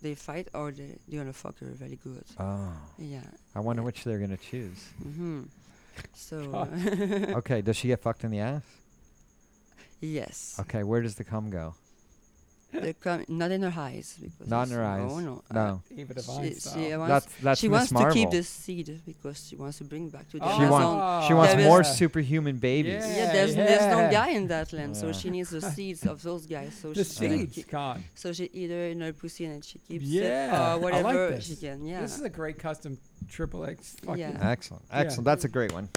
they fight or they they're gonna fuck her very good.
Oh,
Yeah.
I wonder which they're gonna choose.
hmm So
God.
uh,
okay, does she get fucked in the ass?
yes,
Okay, where does the cum go?
they come not in her eyes because
Not in
it's-
her eyes.
No, no. uh,
No,
Eva
She,
Devine
she
style.
wants,
that's that's
she
Miss
wants to
Marvel.
keep the seed because she wants to bring back to the
Oh.
she,
Amazon.
want, she wants
There
more
is-
superhuman babies.
Yeah, there's there's
Yeah.
no guy in that land, so
Yeah.
she needs the seeds of those guys. So
The
she's gonna
seeds,
keep-
con.
So she either in her pussy and she keeps
Yeah, I
it
like
or whatever
this.
she can. Yeah.
This is a great custom triple X. Fucking,
Yeah.
Excellent,
Yeah.
excellent. That's a great one.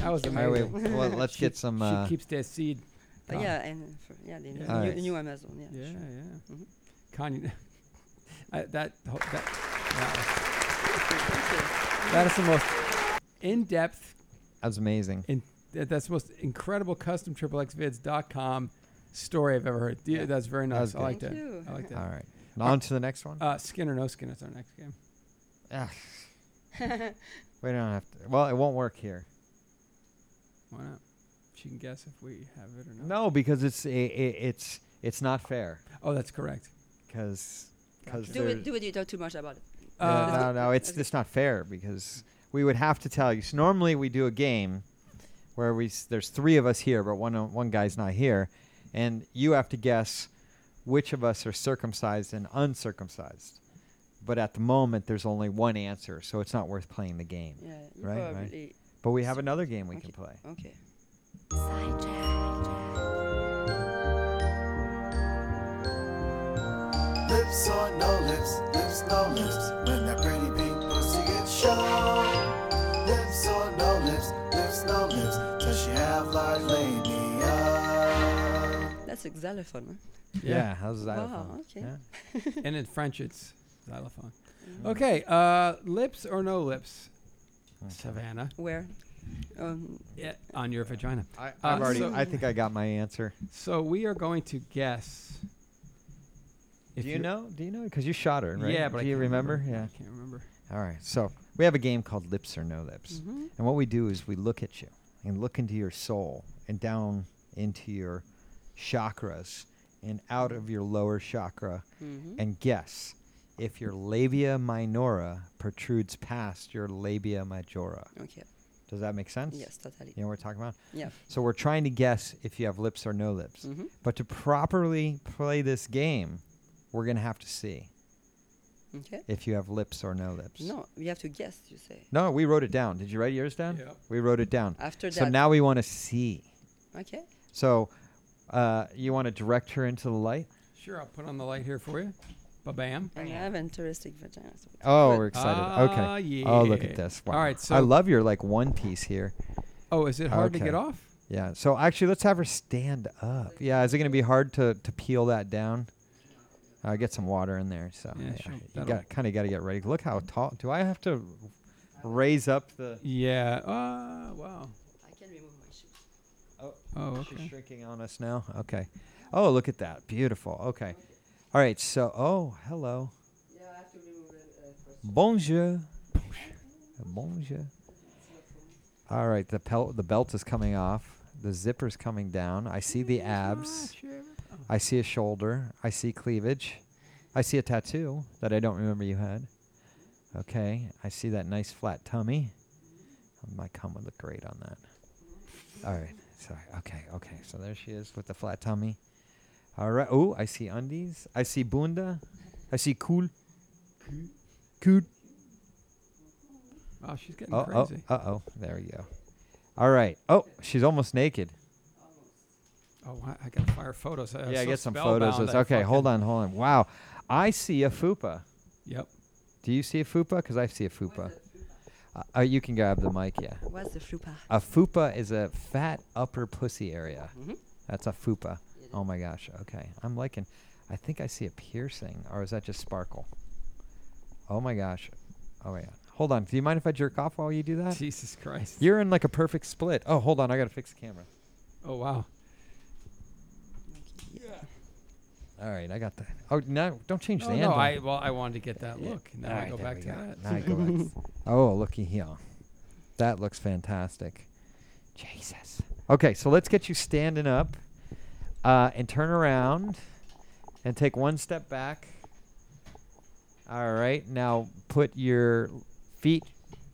that was
All right,
amazing.
wait, well, let's
She-
get some. Uh,
she keeps that seed.
Uh,
Con.
yeah, and for, yeah, the new,
Yeah.
new,
Alright.
new Amazon. Yeah.
Yeah,
sure.
yeah.
Mhm.
Con, you- I, that ho- that
Thank you.
wow. that is the most in depth
that was amazing.
in that- that's the most incredible custom triple X vids.com story I've ever heard. Yeah, that's very
That was
nice. I like
good.
that.
Thank you.
I like that.
All right, on to the next one.
Uh, skin or no skin is our next game.
Ugh. we don't have to. Well, it won't work here.
Why not? She can guess if we have it or not.
No, because it's i i it's it's not fair.
Oh, that's correct.
Because because
Do it. Do it. You talk too much about it.
Uh,
no, no, it's it's not fair because we would have to tell you. So normally we do a game where we s- there's three of us here, but one o- one guy's not here, and you have to guess which of us are circumcised and uncircumcised. But at the moment, there's only one answer, so it's not worth playing the game.
Yeah. You
Right, right.
Probably.
But we have another game we
Okay.
can play.
Okay.
Lips or no lips, lips no lips, when that pretty big pussy gets shown. Lips or no lips, lips no lips, does she have large labia?
That's a xylophone. Huh?
Yeah,
Yeah.
how's that?
Wow, okay.
Yeah.
and in French, it's xylophone.
Mm-hmm.
Okay, uh, lips or no lips, Savannah,
Where? Um,
yeah, on your vagina.
I,
I've
I've
Uh, already-
already.
so-
Um, I think I got my answer.
So we are going to guess.
do you
you're-
know? Do you know? Because you shot her, right?
Yeah, but I
do you
can't
remember?
I can't remember.
Yeah. All right. So we have a game called Lips or No Lips,
mhm.
and what we do is we look at you and look into your soul and down into your chakras and out of your lower chakra
Mhm.
and guess if your labia minora protrudes past your labia majora.
Okay.
Does that make sense?
Yes, totally.
You know what we're talking about?
Yeah.
So we're trying to guess if you have lips or no lips.
Mm-hmm.
But to properly play this game, we're going to have to see
Okay.
if you have lips or no lips.
No, we have to guess. You say
No, we wrote it down. Did you write yours down?
Yeah.
We wrote it down.
after
So
that.
now we want to see.
okay.
So uh, you want to direct her into the light?
Sure, I'll put on the light here for you. Ba bam.
And I have interesting vagina. so-
Oh,
But-
we're excited.
Ah,
okay. Oh, look
yeah.
at this. Wow.
All right,
I
so-
love your like one piece here.
Oh, is it hard to
Okay.
get off?
Yeah. So actually, let's have her stand up. Yeah. Is it going to be hard to, to peel that down? Uh, get some water in there. So
Yeah, sure.
you
That'll-
got kind of got to get ready. Look how tall. Do I have to raise up the?
Yeah. Ah, wow.
I can remove my shoes.
Oh,
Oh,
she's
okay.
shrinking on us now. Okay. Oh, look at that. Beautiful. Okay. All right. So, oh, hello.
Yeah, I have to remove it uh, first.
Bonjour. Bonjour. All right. The pel- the belt is coming off. The zipper's coming down. I see the abs. I see a shoulder. I see cleavage. I see a tattoo that I don't remember you had. Okay. I see that nice flat tummy. My cum would look great on that. All right. Sorry. Okay. Okay. So there she is with the flat tummy. All right. Oh, I see undies. I see bunda. I see cool. Cool.
Oh, she's getting
Oh,
crazy.
oh, uh-oh. There we go. All right. Oh, she's almost naked.
Oh, I, I gotta fire photos. I was
yeah,
so
get some photos.
spellbound,
It's-
I
Okay, hold
fucking-
on, hold on. Wow. I see a fupa.
Yep.
Do you see a fupa? Because I see a fupa. Uh, uh, you can grab the mic, yeah.
What's the frupa?
A fupa is a fat upper pussy area.
Mhm.
That's a fupa.
It
Oh my gosh. Okay. I'm liking. I think I see a piercing, or is that just sparkle? Oh my gosh. Oh my god. Hold on. Do you mind if I jerk off while you do that?
Jesus Christ.
You're in like a perfect split. Oh, hold on. I gotta fix the camera.
oh wow.
All right, I got that. Oh no! Don't change
No,
the
no.
angle.
I well, I wanted to get that look. Now
All
I
right,
go
there
back
we
to that.
Now I go back. oh, looky here. That looks fantastic. Jesus. Okay, so let's get you standing up uh, and turn around and take one step back. All right, now put your feet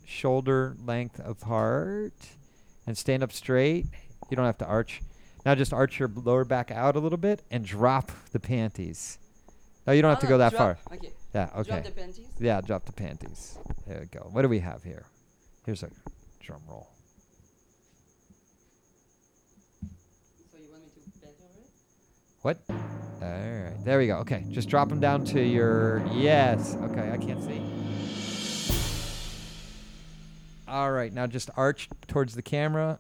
shoulder length apart and stand up straight. You don't have to arch. Now just arch your lower back out a little bit and drop the panties. No, you don't have to go that far.
Ah, Okay.
Yeah, okay.
Oh, Drop the panties.
Yeah, drop the panties. There we go. What do we have here? Here's a drum roll.
So you want me to bend over it?
What? All right. There we go. Okay. Just drop them down to your. Yes. Okay. I can't see. All right. Now just arch towards the camera.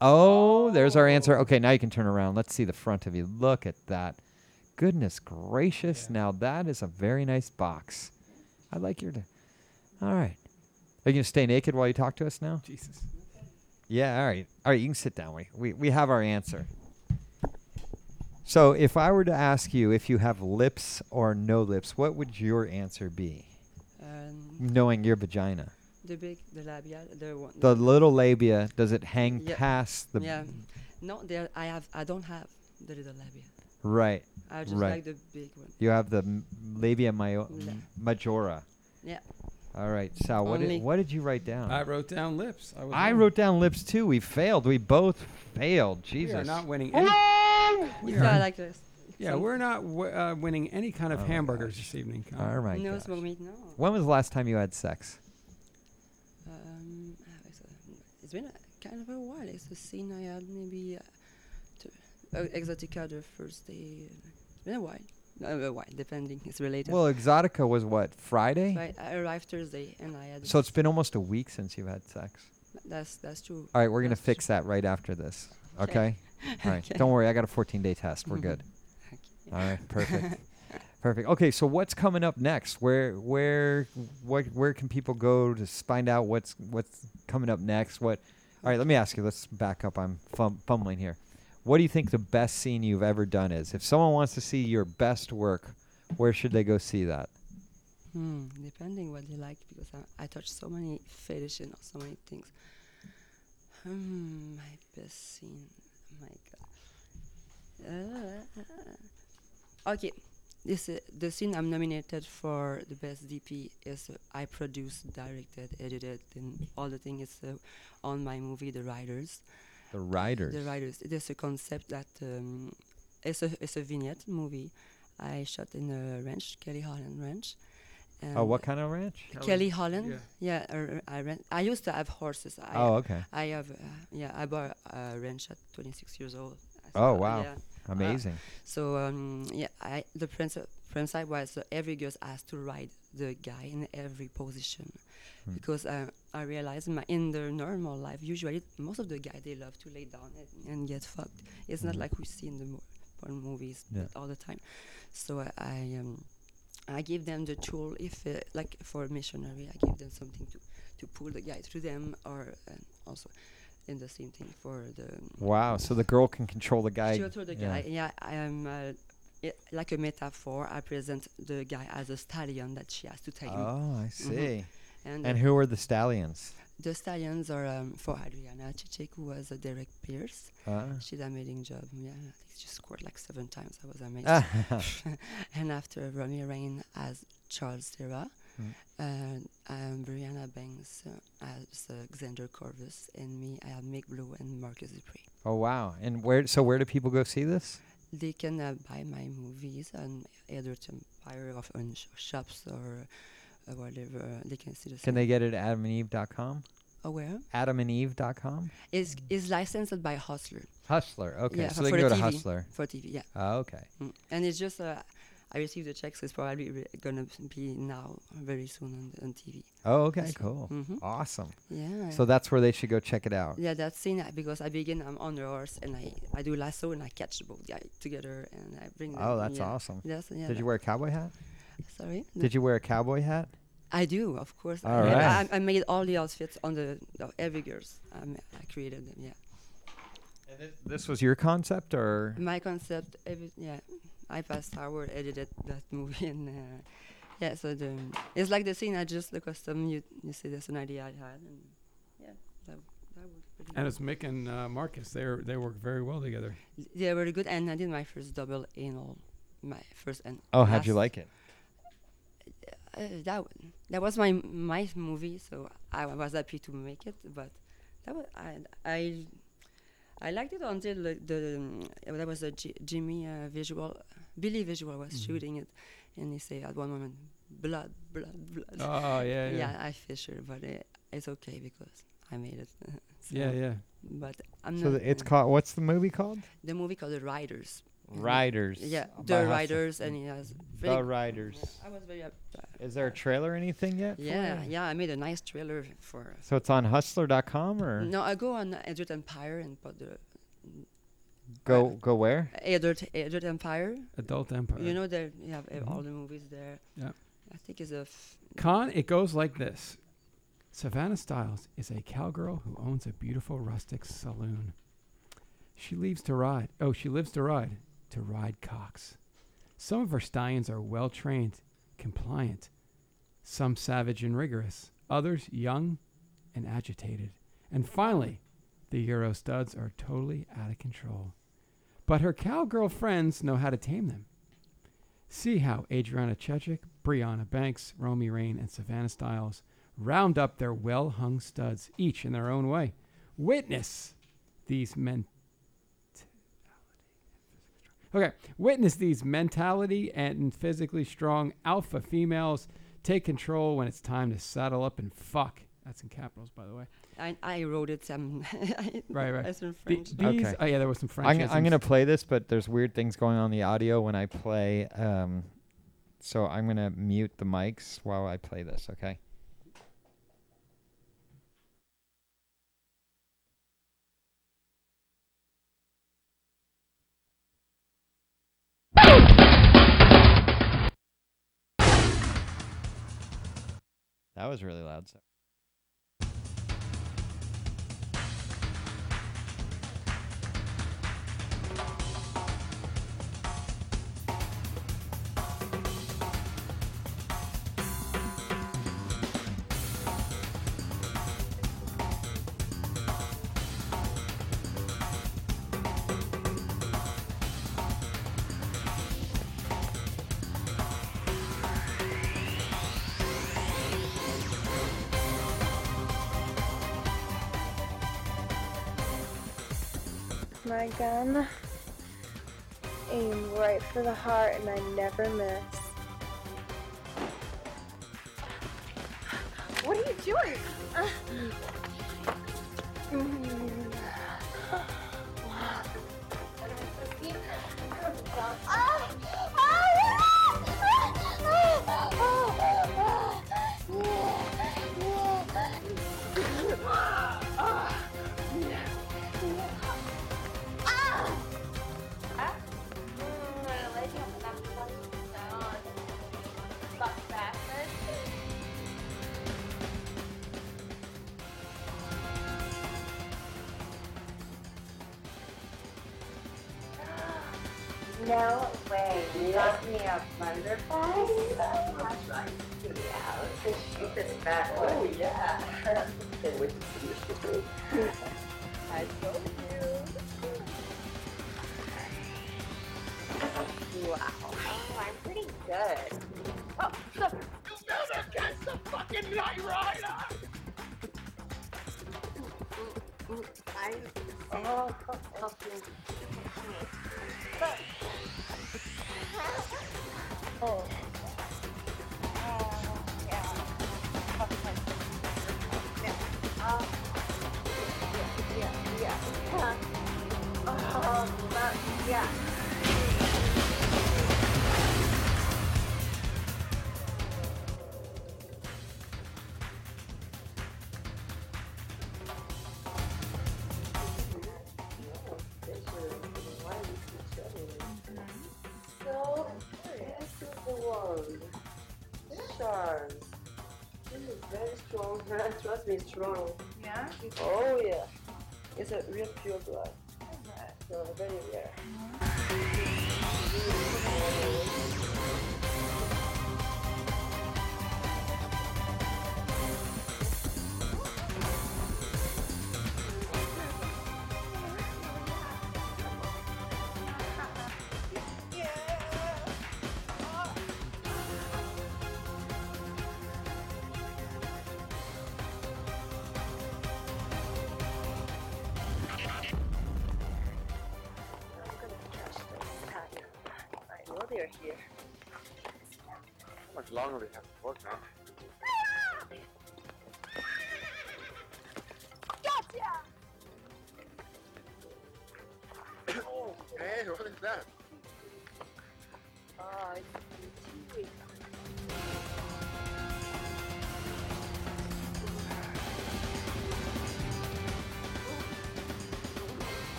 Oh, there's our answer. Okay. Now you can turn around. Let's see the front of you. Look at that. Goodness gracious. Now that is a very nice box. I like your. d- All right. Are you going to stay naked while you talk to us now?
Jesus.
Yeah, all right. All right, you can sit down. We, we, we have our answer. So, if I were to ask you if you have lips or no lips, what would your answer be?
Um,
Knowing your vagina.
the big, the labial, the one.
The little labia, does it hang
Yeah.
past the.
yeah. No, there. I have. I don't have the little labia.
Right.
I just
Right.
like the big one.
You have the m- labia maio-
Yeah.
majora.
Yeah.
All right, Sal, what
Only-
did, what did you write down?
I wrote down lips. I, was
I
wrong.
wrote down lips too. We failed. We both failed. Jesus.
We are not winning. Any, we
If I
are,
like this.
yeah, we're not w- uh, winning any kind of
Oh my
hamburgers
gosh.
this evening. Colin.
All right.
no
Oh gosh.
small meat. No.
When was the last time you had sex?
Um, I was, uh, it's been a, kind of a while. It's a scene I had maybe uh, to, uh, Exotica the first day. uh, It's been a while. No, a while, depending. It's related.
Well, Exotica was what Friday,
So I, I arrived Thursday and I had.
so it's been almost a week since you've had sex.
That's that's true.
All right, we're gonna
That's
fix that right after this. Okay.
Okay. Mm-hmm.
All right. Don't worry, I got a 14-day test. We're good. All right. Perfect. perfect. Okay. So what's coming up next? Where where what where can people go to s- find out what's what's coming up next? What? All right. Let me ask you. Let's back up. I'm fum- fumbling here. What do you think the best scene you've ever done is? If someone wants to see your best work, where should they go see that?
Hmm, depending what they like, because I, I touch so many fetish and so many things. Hmm, my best Oh scene. My God. Uh, okay, This uh, the scene I'm nominated for the best DP is uh, I produced, directed, edited, and all the thing is uh, on my movie The Riders.
The Riders.
The Riders. It is a concept that um, it's a it's a vignette movie. I shot in a ranch, Kelly Holland Ranch.
Oh,
and
what kind of ranch?
Kelly Holland. Yeah, er, I ran. I used to have horses. I,
Oh, okay.
I have. Uh, yeah, I bought a ranch at 26 years old. as
Oh,
well,
wow.
yeah.
Amazing.
So um, yeah, I the principle principle was uh, every girl has to ride the guy in every position,
Hmm.
because uh, I realized my, in their normal life usually most of the guy they love to lay down and, and get fucked. It's not
Mhm.
like we see in the mo- porn movies
Yeah.
that all the time. So I. I um, I give them the tool if, uh, like, for a missionary, I give them something to, to pull the guy through them, or uh, also, in the same thing for the um,
Wow. So the girl can control the guy.
she wrote to the
yeah.
guy. Yeah, I am uh, i- like a metaphor. I present the guy as a stallion that she has to tame.
Oh, I see.
Mm-hmm. And,
And
uh,
who are the stallions?
the stallions are um, for Adriana Cicek, who was uh, Derek Pierce.
Uh,
She did an amazing job. Yeah, I think she scored like seven times. I was amazed.
ah,
and after Romy Rain as Charles Serra,
Mm.
and um, Brianna Banks uh, as uh, Xander Corvus, and me, I have Mick Blue and Marcus Dupree.
oh, wow. And where? So where do people go see this?
they can uh, buy my movies on either Empire or on sh- shops or uh, whatever. They can see the
Can they get it at adamandeve.com?
Oh, where?
Adamandeve.com?
Is is licensed by Hustler
Hustler. Mm. Okay.
Yeah,
so they
for
can go
the
to
TV.
Hustler.
for TV. Yeah,
Oh, okay.
Mm. and it's just uh, I received the checks. It's probably re- gonna be now very soon on, on TV.
Oh, okay.
Yes.
Cool.
Mhm.
Awesome.
Yeah.
So that's where they should go check it out.
yeah, that scene uh, because I begin. I'm on the horse and I I do lasso and I catch both guys together and I bring. Them,
Oh, that's
yeah.
awesome.
That's, yeah,
Did you wear a cowboy hat?
Sorry.
Did you wear a cowboy hat?
I do, of course.
All
I,
right.
I, I made all the outfits on the of every girls. I, ma- I created them. Yeah,
And this, this was your concept, or
my concept. Every, yeah, I passed Howard edited that movie, and uh, yeah, so the it's like the scene I just the custom. You you see, that's an idea I had, and yeah, that that was pretty.
And
good.
it's Mick and uh, Marcus. They are they work very well together.
they were good, and I did my first double anal, my first and
oh, how'd you
last-
like it?
uh, that w- that was my my movie, so I w- was happy to make it. But that was I I, I liked it until the, the um, uh, there was a G- Jimmy uh, visual, Billy visual
Mm-hmm.
was shooting it, and he say at one moment, blood, blood, blood.
Oh yeah, yeah,
yeah, I fisher, but uh it's okay because I made it. So-
yeah, yeah.
But I'm
So
not.
th- it's
uh,
called. What's the movie called?
the movie called The Riders.
Riders.
Yeah,
by
The
Hustler.
Riders, and he has.
The
very-
Riders.
I was very. Up, uh,
Is there a trailer or anything yet? for
Yeah,
it?
yeah, I made a nice trailer for.
So it's on Hustler.com or
No, I go on Edward Empire and uh, put the
go go where?
Edward Edward Empire.
Adult Empire.
You know, there you have uh, all
Mhm.
the movies there.
Yeah.
I think it's a. F-
Con, it goes like this. Savannah Stiles is a cowgirl who owns a beautiful rustic saloon. She leaves to ride. Oh, she lives to ride, to ride cocks. Some of her stallions are well trained, compliant, some savage and rigorous, others young and agitated. And finally, the Euro studs are totally out of control. But her cowgirl friends know how to tame them. See how Adriana Chechik, Brianna Banks, Romy Rain, and Savannah Stiles round up their well hung studs, each in their own way. Witness these men. Okay, witness these mentality and physically strong alpha females take control when it's time to saddle up and fuck. That's in capitals, by the way.
I I wrote it. Um, I-
Right, right.
It's in
The-
French.
these,
Okay.
oh yeah, there was some French.
I'm, I'm gonna play this, but there's weird things going on in the audio when I play. Um, so I'm gonna mute the mics while I play this. Okay. That was really loud. So.
Thank my gun. Aim right for the heart and I never miss. What are you doing? No way. You got me a butterfly? That's right. Yeah, shoot this back. Oh, yeah. Can't wait to see what you do. I told you. Wow. Oh, I'm pretty good. Oh, so
You better catch the fucking Night Rider!
I'm. Oh, oh, oh, oh. Oh, yeah. Yeah. Uh, yeah, yeah, yeah. Oh, that- yeah. So, this is the one. Charm. This is very strong. Trust me, it's strong. Yeah? Oh, yeah. It's a real pure blood. So, very rare. I'm gonna catch them. I know they're here.
How much longer do we have to work now? Oh, hey, what is that?
Oh, it's too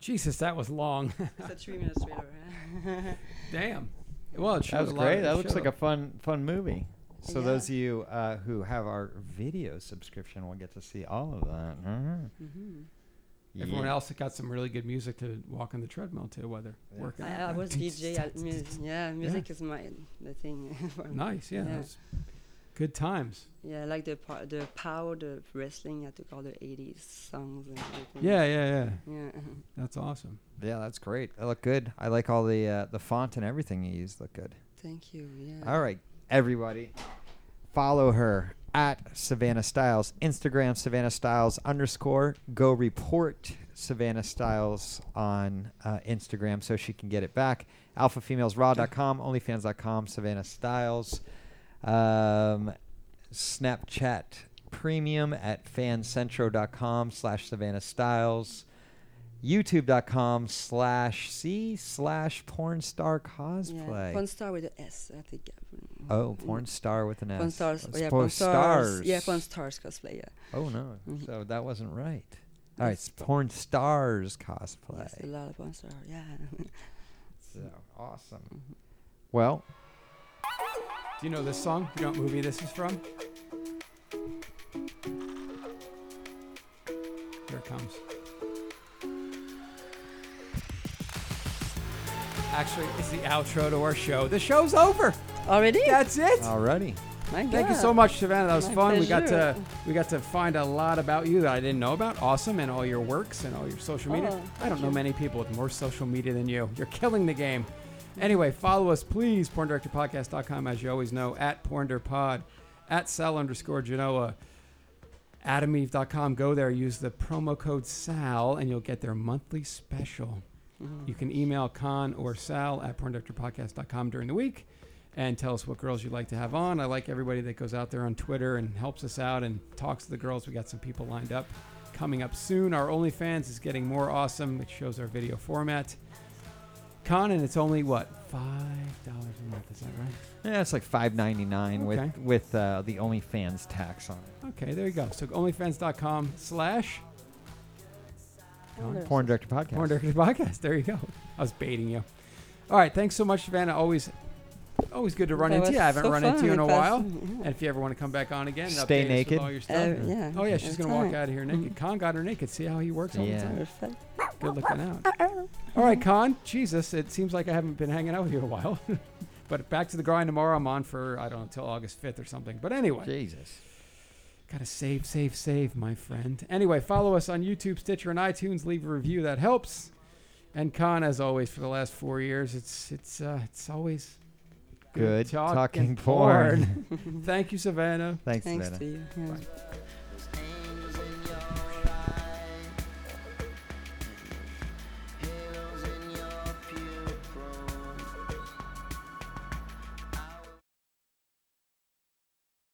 Jesus, that was long.
It's a three minute trailer.
Damn. Well, it
That
shows
was
a lot of-
great. That
it
looks
showed
like a fun, fun movie. So
Yeah.
those of you uh, who have our video subscription will get to see all of that. Mm-hmm.
Everyone else got some really good music to walk on the treadmill to, whether working.
I,
out.
I was DJ. I, mu- yeah, music is my the thing. for me.
Nice, yeah.
Yeah.
that's Good times.
Yeah, I like the po- the power, the wrestling. I took all the '80s songs and everything.
Yeah, yeah, yeah.
Yeah. uh-huh.
That's awesome.
Yeah, that's great. They look good. I like all the uh, the font and everything you use. Look good.
Thank you. Yeah.
All right, everybody, follow her at Savannah Styles Instagram Savannah Styles underscore go report Savannah Styles on uh, Instagram so she can get it back. AlphaFemalesRaw.com, OnlyFans.com, Savannah Styles, um, Snapchat Premium at FanCentro.com slash Savannah Styles. YouTube.com slash C slash porn star
Yeah.
cosplay.
Porn star with a S, I think.
Oh, porn star with an S.
Porn stars.
Let's
Yeah,
pour
porn stars. Yeah, porn stars cosplay. Yeah.
Oh no,
Mhm.
so that wasn't right. All right, it's
Yes.
porn stars
Yes, a
cosplay.
lot of porn star. Yeah.
So awesome.
Mm-hmm.
Well,
Do you know this song? Do you know what movie this is from? Here it comes. Actually, it's the outro to our show. The show's over.
Already?
That's it.
Alrighty.
Thank you so much, Savannah. That was
My
fun. We got to
pleasure.
we got to find a lot about you that I didn't know about. Awesome, and all your works and all your social media.
Oh,
I don't
thank
know
you.
many people with more social media than you. You're killing the game. Anyway, follow us, please. PornDirectorPodcast.com, as you always know, at PornDirPod, at Sal underscore Genoa, AdamEve.com. Go there, use the promo code Sal, and you'll get their monthly special.
Mm-hmm.
You can email Con or Sal at PornDirectorPodcast.com during the week and tell us what girls you'd like to have on. I like everybody that goes out there on Twitter and helps us out and talks to the girls. We got some people lined up coming up soon. Our OnlyFans is getting more awesome. It shows our video format. Con, and it's only what five dollars a month. Is that right?
Yeah, it's like five ninety nine with
Okay.
with uh, the OnlyFans tax on it.
Okay, there you go. So OnlyFans.com/slash
Porn Director Podcast.
Porn Directors Podcast. There you go. I was baiting you. All right, thanks so much, Savannah. Always, always good to run
That
into
was
you. I haven't
so
run into
fun.
you in a
It was-
while.
yeah.
And if you ever want to come back on again, and
Stay
update us with
naked.
all your stuff.
Uh, yeah.
Oh yeah, she's gonna walk
anytime.
out of here naked. Con got her naked. See how he works all
Mm. Yeah.
the time.
Perfect.
Good looking out. all right, Con. Jesus, it seems like I haven't been hanging out with you a while. but back to the grind tomorrow. I'm on for I don't know till August fifth or something. But anyway,
Jesus.
Gotta save, save, save, my friend. Anyway, follow us on YouTube, Stitcher, and iTunes. Leave a review that helps. And Con, as always, for the last four years, it's it's uh, it's always
Good
talk
talking
and
porn.
Thank you, Savannah.
Thanks,
Thanks
Savannah.
to you. yeah.
Bye.